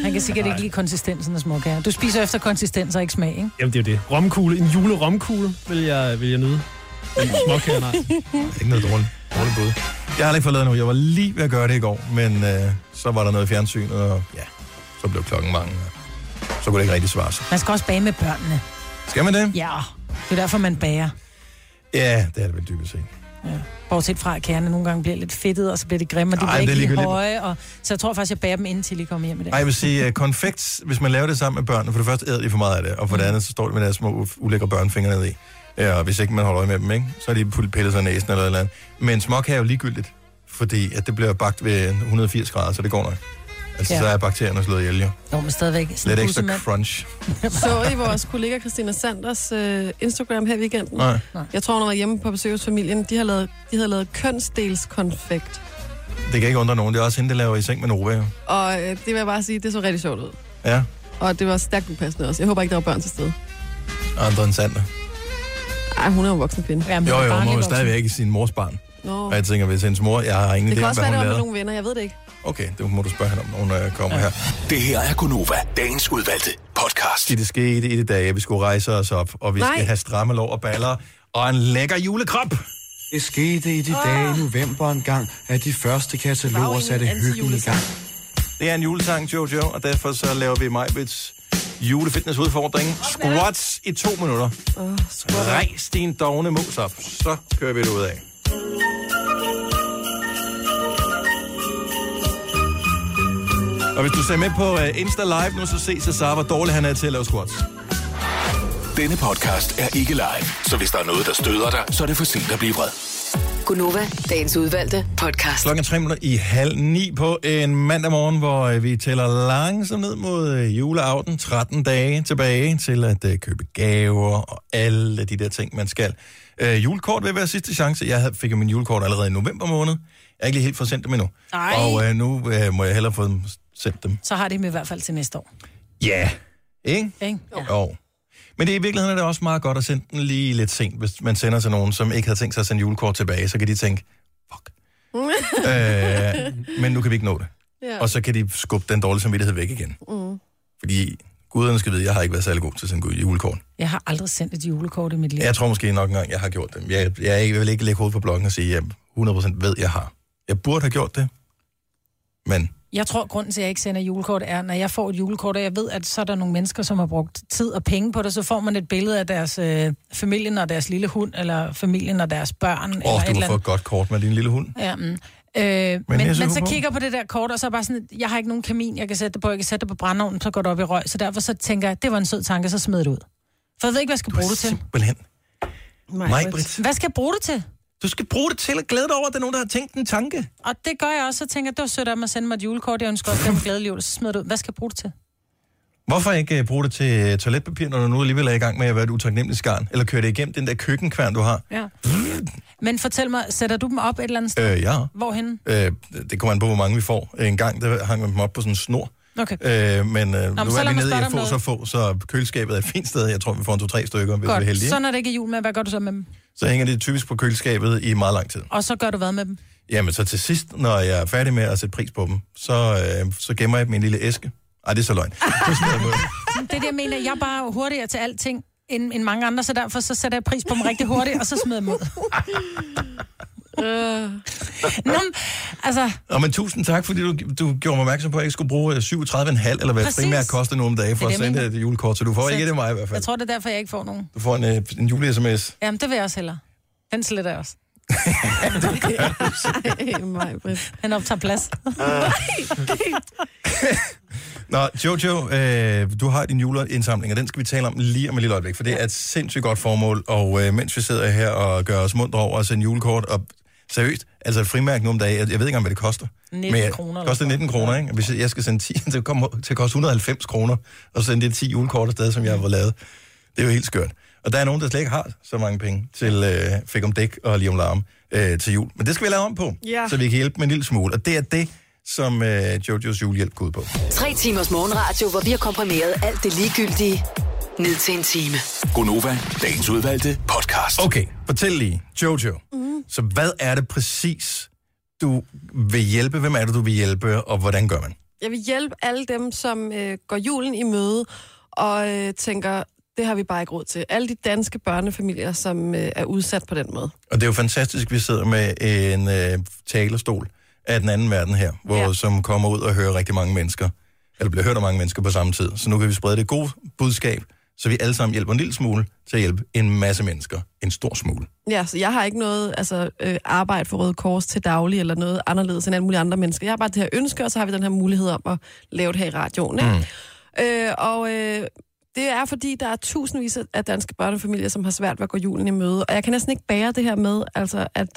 C: Man kan sikkert ikke lide konsistensen af småkager. Du spiser efter konsistens og ikke smag, ikke?
F: Jamen, det er jo det. Romkugle. En juleromkugle vil jeg, vil jeg nyde. Men småkager, nej.
A: Ikke noget dårligt, dårligt bud. Jeg har ikke fået lavet noget. Jeg var lige ved at gøre det i går, men øh, så var der noget i fjernsynet, og ja, så blev klokken mange. Og så kunne det ikke rigtig svare sig.
C: Man skal også bage med børnene.
A: Skal man det?
C: Ja, det er derfor, man bager.
A: Ja, det er det vel dybest set.
C: Bortset fra, at kærne nogle gange bliver lidt fedtet, og så bliver det grimme, og de
A: Ej,
C: bliver
A: det er
C: ikke lige
A: ligegyldigt.
C: høje. Og... Så jeg tror faktisk, jeg bager dem, indtil de kommer hjem i dag.
A: Ej, jeg vil sige, uh, konfekt, hvis man laver det sammen med børnene, for det første æder de for meget af det, og for
B: Mm.
A: det andet, så står de med deres små u- ulækre børnefingre ned i. Ja, og hvis ikke man holder øje med dem, ikke? så er de pullet- pillet sig i næsen eller et eller andet. Men småkage er jo ligegyldigt, fordi at det bliver bagt ved 180 grader, så det går nok. Altså, ja.
C: Ja.
A: så er bakterierne slået ihjel jo.
C: Jo, men stadigvæk. sådan
A: Lidt
C: en
A: ekstra
C: bussemand.
A: crunch.
B: Så I vores kollega Christina Sanders øh, Instagram her i weekenden?
A: Nej.
B: Jeg tror, hun har været hjemme på besøg hos familien. De har lavet, de havde lavet kønsdelskonfekt.
A: Det kan ikke undre nogen. Det er også hende, der laver i seng med Nova. jo.
B: Og øh, det vil jeg bare sige, det så rigtig sjovt ud.
A: Ja,
B: Og det var stærkt upassende også. Jeg håber ikke, der var børn til stede.
A: andre end Sander.
B: Ej, hun er jo en voksen kvinde.
C: Ja, men
A: Jo,
C: det er
A: jo, hun
C: barnlig
A: er jo
C: voksen.
A: stadigvæk sin mors barn.
B: Nå.
A: Og jeg tænker, hvis hendes mor, jeg har ingen
B: Det
A: idé
B: kan
A: om,
B: også
A: hvad hun
B: være, der var med
A: lavede.
B: nogle venner. Jeg ved det ikke.
A: Okay, det må du spørge hende om, når hun øh, kommer her.
E: Det her er Gunova, dagens udvalgte podcast.
A: Sig det skete i det dag, at vi skulle rejse os op, og vi Nej.
B: Nej.
A: skal have stramme lov og baller, og en lækker julekrop.
I: Det skete i de dage i november engang, at de første kataloger satte hyggen i gang.
A: Det er en julesang, Jojo, og derfor så laver vi Majbets julefitnessudfordring. Squats i to minutter. Rejs din dogne mus op, så kører vi det ud af. Og hvis du ser med på øh, Insta Live nu, så se Cesar, hvor dårlig han er til at lave squats.
E: Denne podcast er ikke live, så hvis der er noget, der støder dig, så er det for sent at blive vred.
D: Gunova, dagens udvalgte podcast.
A: Klokken er tre minutter i halv ni på en mandag morgen, hvor øh, vi tæller langsomt ned mod øh, juleaften. 13 dage tilbage til at øh, købe gaver og alle de der ting, man skal. Øh, julekort vil være sidste chance. Jeg havde- fik jo min julekort allerede i november måned. Jeg er ikke lige helt fået sendt dem endnu.
C: Ej.
A: Og øh, nu øh, må jeg hellere få dem sendt dem.
C: Så har de dem i hvert fald til næste år.
A: Ja. Yeah. Ikke?
C: Ikke? Ja.
A: Jo. Men det, i virkeligheden er det også meget godt at sende den lige lidt sent, hvis man sender til nogen, som ikke havde tænkt sig at sende julekort tilbage, så kan de tænke, fuck. øh, men nu kan vi ikke nå det.
B: Ja.
A: Og så kan de skubbe den dårlige samvittighed væk igen. Mm. Fordi guderne skal vide, jeg har ikke været særlig god til at sende gode julekort.
C: Jeg har aldrig sendt et julekort i mit liv.
A: Jeg tror måske nok engang, jeg har gjort det. Jeg, jeg, jeg vil ikke lægge hovedet på blokken og sige, at jeg 100% ved, jeg har. Jeg burde have gjort det, men
C: Jeg tror, grunden til, at jeg ikke sender julekort, er, når jeg får et julekort, og jeg ved, at så er der nogle mennesker, som har brugt tid og penge på det, så får man et billede af deres øh, familien og deres lille hund, eller familien og deres børn,
A: åh,
C: eller
A: oh,
C: et
A: du
C: eller
A: har fået
C: andet.
A: et godt kort med din lille hund.
C: Ja, mm. øh, men,
A: jeg
C: men,
A: så
C: men så
A: på.
C: kigger jeg på det der kort, og så er jeg bare sådan, at jeg har ikke nogen kamin, jeg kan sætte det på, jeg kan sætte det på brændeovnen, så går det op i røg. Så derfor så tænker jeg, det var en sød tanke, så smed det ud. For jeg ved ikke, hvad jeg skal bruge det til.
A: Simpelthen. Nej, Britt.
C: Hvad skal jeg bruge det til?
A: Du skal bruge det til at glæde dig over, at der er nogen, der har tænkt en tanke.
C: Og det gør jeg også, så tænker jeg, det var sødt af mig at sende mig et julekort, jeg ønsker også dem glædelig jul, så smed det ud. Hvad skal jeg bruge det til?
A: Hvorfor ikke øh, bruge det til øh, toiletpapir, når du nu alligevel er i gang med at være et utaknemmeligt skarn? Eller køre det igennem den der køkkenkværn, du har?
C: Ja. Men fortæl mig, sætter du dem op et eller andet sted?
A: Øh, ja.
C: Hvorhenne?
A: Øh, det kommer an på, hvor mange vi får. En gang, der hang man dem op på sådan en snor.
C: Okay.
A: Øh, men øh,
C: men
A: nu
C: så
A: er
C: lad
A: vi
C: mig
A: nede i
C: spørge dig
A: at
C: om
A: få
C: noget.
A: så få, så køleskabet er et fint sted. Jeg tror, vi får en to-tre stykker, hvis vi er
C: Godt.
A: heldige.
C: Så når det ikke er jul med, hvad gør du så med dem?
A: Så hænger det typisk på køleskabet i meget lang tid.
C: Og så gør du hvad med dem?
A: Jamen, så til sidst, når jeg er færdig med at sætte pris på dem, så, øh, så gemmer jeg dem i en lille æske. Ej, det er så løgn. Så smider jeg dem ud.
C: Det er det, jeg mener. Jeg er bare hurtigere til alting end, end mange andre, så derfor så sætter jeg pris på dem rigtig hurtigt, og så smider jeg dem ud.
B: Øh.
C: Nå, men, altså,
A: Og men tusind tak, fordi du, du gjorde mig opmærksom på, at jeg ikke skulle bruge øh, 37,5, eller hvad det
C: Præcis.
A: primært koster nu om dagen, for
C: Det
A: at
C: er det, jeg
A: sende
C: mener.
A: et julekort, så du får ikke det af mig i hvert
C: jeg
A: fald.
C: tror, det er derfor, jeg ikke får nogen.
A: Du får en, øh, en jule-sms.
C: Jamen, det vil jeg også hellere. Den sletter jeg også.
B: Ej, mig, Britt.
C: Den optager plads.
A: Nå, Jojo, øh, du har din juleindsamling, og den skal vi tale om lige om et lille øjeblik, for det er et sindssygt godt formål, og øh, mens vi sidder her og gør os mundre over at sende julekort, og seriøst, altså et frimærke nu om dagen, jeg, jeg ved ikke engang, hvad det koster.
C: 19
A: Men, øh,
C: kroner
A: Det
C: eller
A: koster
C: sådan
A: 19 kroner, ikke? Og Hvis jeg, jeg skal sende 10, det kommer til at koste 190 kroner, og sende det 10 julekort afsted, som jeg har lavet. Det er jo helt skørt. Og der er nogen, der slet ikke har så mange penge til øh, fik om dæk og lige om larm øh, til jul. Men det skal vi lave om på,
B: Ja.
A: så vi kan hjælpe med en lille smule. Og det er det, som øh, Jojos julehjælp går ud på.
D: Tre timers morgenradio, hvor vi har komprimeret alt det ligegyldige ned til en time.
E: Gonova, dagens udvalgte podcast.
A: Okay, fortæl lige, Jojo. Mm. Så hvad er det præcis, du vil hjælpe? Hvem er det, du vil hjælpe, og hvordan gør man?
B: Jeg vil hjælpe alle dem, som øh, går julen i møde og øh, tænker, det har vi bare ikke råd til. Alle de danske børnefamilier, som øh, er udsat på den måde.
A: Og det er jo fantastisk, at vi sidder med en øh, talerstol af den anden verden her, hvor, ja.
B: Ja.
A: som kommer ud og hører rigtig mange mennesker, eller bliver hørt af mange mennesker på samme tid. Så nu kan vi sprede det gode budskab, så vi alle sammen hjælper en lille smule til at hjælpe en masse mennesker. En stor smule.
B: Ja, så jeg har ikke noget altså, øh, arbejde for Røde Kors til daglig, eller noget anderledes end alle mulige andre mennesker. Jeg har bare det her ønske, og så har vi den her mulighed om at lave det her i radioen. Ikke? Mm. Øh, og øh, det er, fordi der er tusindvis af danske børnefamilier, som har svært ved at gå julen i møde. Og jeg kan næsten ikke bære det her med, altså, at,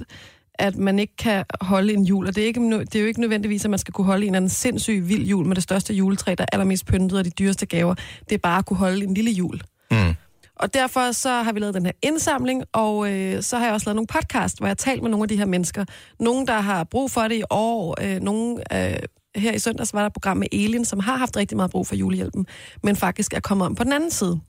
B: at man ikke kan holde en jul. Og det er, ikke, nø- det er jo ikke nødvendigvis, at man skal kunne holde en eller anden sindssyg vild jul med det største juletræ, der er allermest pyntet og de dyreste gaver. Det er bare at kunne holde en lille jul. Og derfor så har vi lavet den her indsamling, og øh, så har jeg også lavet nogle podcast, hvor jeg har talt med nogle af de her mennesker. Nogle, der har brug for det i år, øh, nogle... Øh, her i søndags var der et program med Elin, som har haft rigtig meget brug for julehjælpen, men faktisk er kommet om på den anden side.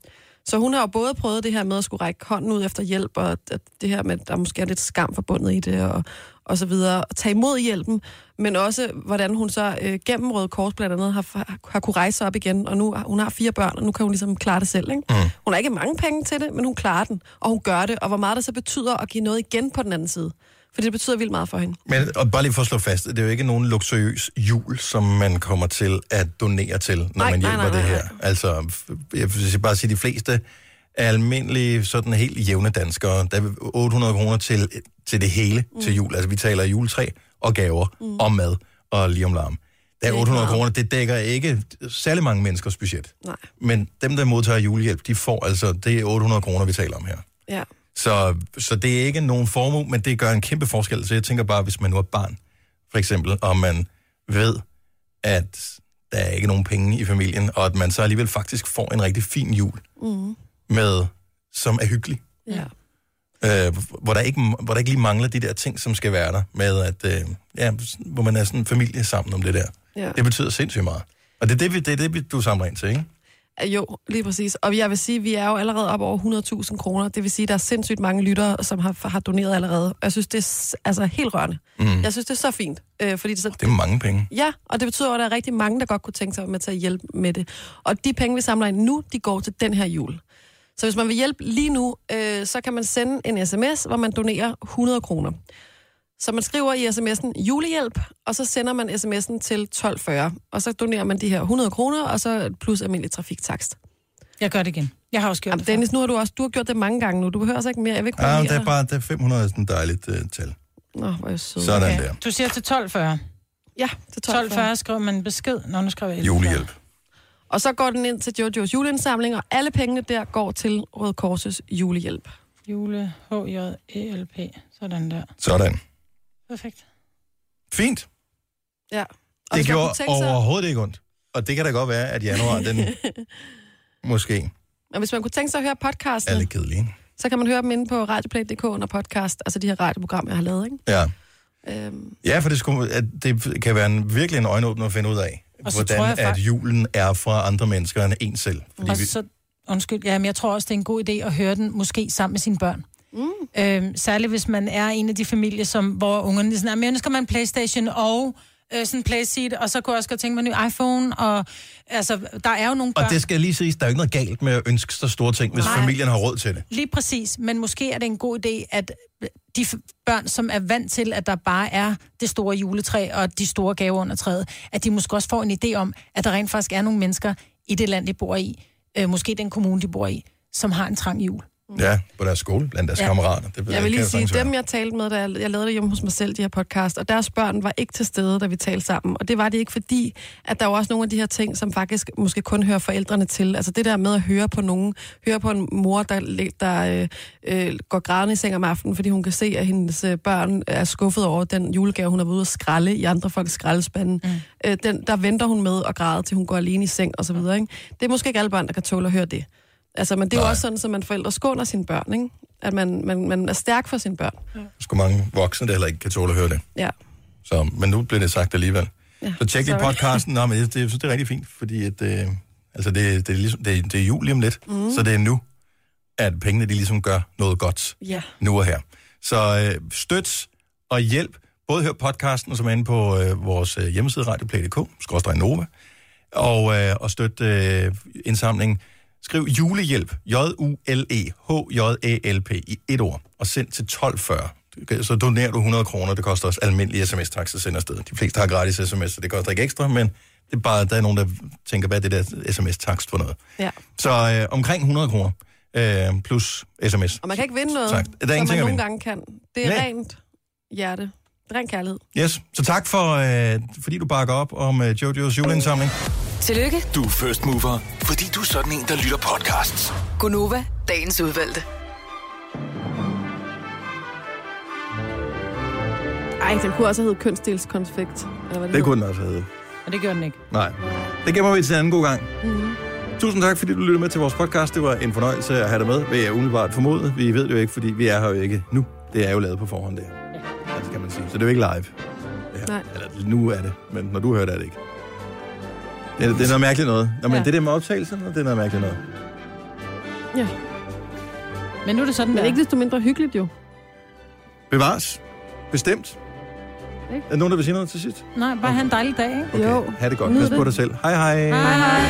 B: Så hun har jo både prøvet det her med at skulle række hånden ud efter hjælp, og at det her med, at der måske er lidt skam forbundet i det, og, og så videre, og tage imod hjælpen, men også hvordan hun så øh, gennem Røde Kors blandt andet har, har, har kunne rejse sig op igen, og nu hun har fire børn, og nu kan hun ligesom klare det selv. Ikke? Mm. Hun har ikke mange penge til det, men hun klarer den, og hun gør det, og hvor meget det så betyder at give noget igen på den anden side. For det betyder vildt meget for hende.
A: Men og bare lige for at slå fast, det er jo ikke nogen luksuriøs jul, som man kommer til at donere til, når
B: Nej,
A: man
B: nej,
A: hjælper
B: nej, nej,
A: det her. Altså, f- jeg vil bare sige, de fleste er almindelige, sådan helt jævne danskere. Der er 800 kroner til, til det hele mm. til jul. Altså, vi taler juletræ og gaver mm. og mad og lige om larm. Der er
B: ikke
A: 800
B: meget.
A: kroner, det dækker ikke særlig mange menneskers budget.
B: Nej.
A: Men dem, der modtager julehjælp, de får altså, det er 800 kroner, vi taler om her.
B: Ja.
A: Så, så det er ikke nogen formue, men det gør en kæmpe forskel. Så jeg tænker bare, hvis man nu er barn, for eksempel, og man ved, at der er ikke nogen penge i familien, og at man så alligevel faktisk får en rigtig fin jul, mm. med, som er hyggelig.
B: ja.
A: Øh, hvor, der ikke, hvor der ikke lige mangler de der ting, som skal være der, med at, øh, ja, hvor man er sådan en familie sammen om det der.
B: Ja.
A: Det betyder sindssygt meget. Og det er det, vi- det, er det vi- du samler ind til, ikke?
B: Jo, lige præcis. Og jeg vil sige, at vi er jo allerede op over 100.000 kroner. Det vil sige, at der er sindssygt mange lyttere, som har, har doneret allerede. Og jeg synes, det er s- altså, helt rørende. Mm. Jeg synes, det er så fint. Øh, fordi det, så,
A: Det er mange penge.
B: ja, og det betyder, at der er rigtig mange, der godt kunne tænke sig om at tage hjælp med det. Og de penge, vi samler ind nu, de går til den her jul. Så hvis man vil hjælpe lige nu, øh, så kan man sende en sms, hvor man donerer 100 kroner. Så man skriver i sms'en julehjælp, og så sender man sms'en til 1240. Og så donerer man de her 100 kroner, og så plus almindelig trafiktakst.
C: Jeg gør det igen. Jeg har også gjort
B: Jamen,
C: det før.
B: Dennis, nu har du også du har gjort det mange gange nu. Du behøver altså ikke mere. Jeg vil ikke
A: Ja,
B: ah,
A: det er bare det er 500 er sådan et dejligt uh, tal.
B: Nå, hvor er jeg sød.
A: Sådan okay. der.
C: Du siger til 12.40.
B: Ja, det er 12.40.
C: 12.40 skriver man en besked. Nå, nu skriver jeg 11.40.
A: Julehjælp.
B: Og så går den ind til Jojos juleindsamling, og alle pengene der går til Røde Korsets julehjælp.
C: Jule, HJ, ELP. Sådan der.
A: Sådan.
C: Perfekt.
A: Fint.
B: Ja. Og
A: Og det
B: hvis man
A: gjorde
B: kunne tænke sig,
A: overhovedet ikke ondt. Og det kan da godt være, at januar, den måske
B: og hvis man kunne tænke sig at høre podcasten,
A: er lidt kedelig. ikke?
B: så kan man høre dem inde på radioplay.dk under podcast, altså de her radioprogrammer, jeg har lavet, ikke?
A: Ja.
B: Øhm,
A: ja, for det, skulle, at det kan være en, virkelig en øjenåbner at finde ud af,
C: Og så
A: hvordan
C: tror jeg
A: jeg, at
C: fakt-
A: julen er fra andre mennesker end en selv. Fordi
C: Og
A: vi,
C: så, undskyld, ja, men jeg tror også, det er en god idé at høre den, måske sammen med sine børn. Mm. Øhm, særligt hvis man er en af de familier, som, hvor ungerne er sådan, "Jamen, jeg ønsker mig en Playstation og øh, sådan playseat, og så kunne jeg også godt tænke mig en ny iPhone, og altså, der er jo nogle
A: Og
C: børn...
A: det skal lige siges, der er jo ikke noget galt med at ønske sig store ting, hvis
C: Nej.
A: familien har råd til det.
C: Lige præcis, men måske er det en god idé, at øh, de f- børn, som er vant til, at der bare er det store juletræ og de store gaver under træet, at de måske også får en idé om, at der rent faktisk er nogle mennesker i det land, de bor i, øh, måske den kommune, de bor i, som har en trang jul.
A: Ja, på deres skole, blandt deres ja.
C: Ja.
A: kammerater. Det ved
B: Jeg vil
A: kan
B: lige sige,
A: sagtens være.
B: dem jeg talte med, da jeg, jeg lavede det hjemme hos mig selv, de her podcast, og deres børn var ikke til stede, da vi talte sammen. Og det var det ikke, fordi at der var også nogle af de her ting, som faktisk måske kun hører forældrene til. Altså det der med at høre på nogen, høre på en mor, der, læ- der øh, øh, går grædende i seng om aftenen, fordi hun kan se, at hendes øh, børn er skuffet over den julegave, hun har været ude at skralde i andre folks skraldespande. Mm. Øh, den, der venter hun med at græde, til hun går alene i seng osv. Det er måske ikke alle børn, der kan tåle at høre det. Altså, men det er jo
A: Nej.
B: også sådan, at man forældre skåner sine børn, ikke? At man, man, man er stærk for sine børn.
A: sgu mange voksne, der heller ikke kan tåle at høre det.
B: Ja.
A: Så, men nu bliver det sagt alligevel. Ja,
B: Ja,
A: så tjek lige
B: sorry.
A: podcasten. Nå, men jeg, det, jeg synes, det er rigtig fint, fordi at, øh, altså det, det, er ligesom, det, det er jul lige om lidt, mm. så det er nu, at pengene de ligesom gør noget godt
B: Ja.
A: nu og her. Så øh, støt og hjælp. Både hør podcasten, som er inde på øh, vores øh, hjemmeside radioplay.dk, skråstrej Nova, og, øh, og støt øh, indsamlingen. Skriv julehjælp, E J-U-L-E-H-J-A-L-P, i et ord, og send til 1240. Okay, Så donerer du 100 kroner, det koster også almindelige sms-taxa sender afsted. De fleste har gratis sms, så det koster ikke ekstra, men det er bare, der er nogen, der tænker, hvad er det der sms-takst for noget?
B: ja.
A: Så øh, omkring 100 kroner, øh, plus sms.
B: Og man kan ikke vinde noget,
A: Tak. Der er
B: som
A: ingenting
B: man
A: at
B: nogle
A: vinde.
B: gange kan. Det er
A: Nej.
B: rent hjerte. Ren kærlighed.
A: Yes, så tak for, øh, fordi du bakker op om øh, Jojos juleindsamling.
D: Tillykke,
E: Du er first mover, fordi du er sådan en, der lytter podcasts.
D: Gunova, dagens udvalgte.
B: Ej, den kunne også hedde kønsdelskonfekt. Eller hvad det,
A: Det
B: hed.
A: kunne den også have heddet.
C: Og det gør den ikke.
A: Nej. Det gemmer vi til en anden god gang. Mm-hmm. Tusind tak, fordi du lyttede med til vores podcast. Det var en fornøjelse at have dig med, vil jeg umiddelbart formode. Vi ved det jo ikke, fordi vi er her jo ikke nu. Det er jo lavet på forhånd, det her. Ja. Altså, kan man sige. Så det er jo ikke live. Ja.
B: Nej.
A: Eller nu er det, men når du hører det, er det ikke. Det er, det er noget mærkeligt noget. Nå, men
C: Ja.
A: det der med optagelserne, det er noget mærkeligt noget.
B: Ja.
C: Men nu er det sådan,
B: Men
C: det er.
B: ikke desto mindre hyggeligt jo.
A: Bevares. Bestemt.
B: Ikke?
A: Er der nogen, der vil sige noget til sidst?
C: Nej, bare have en dejlig dag, ikke?
B: Jo.
A: Ha' det godt.
B: Nyd
A: Pas på
B: det.
A: dig selv. Hej hej.
C: Hej, hej.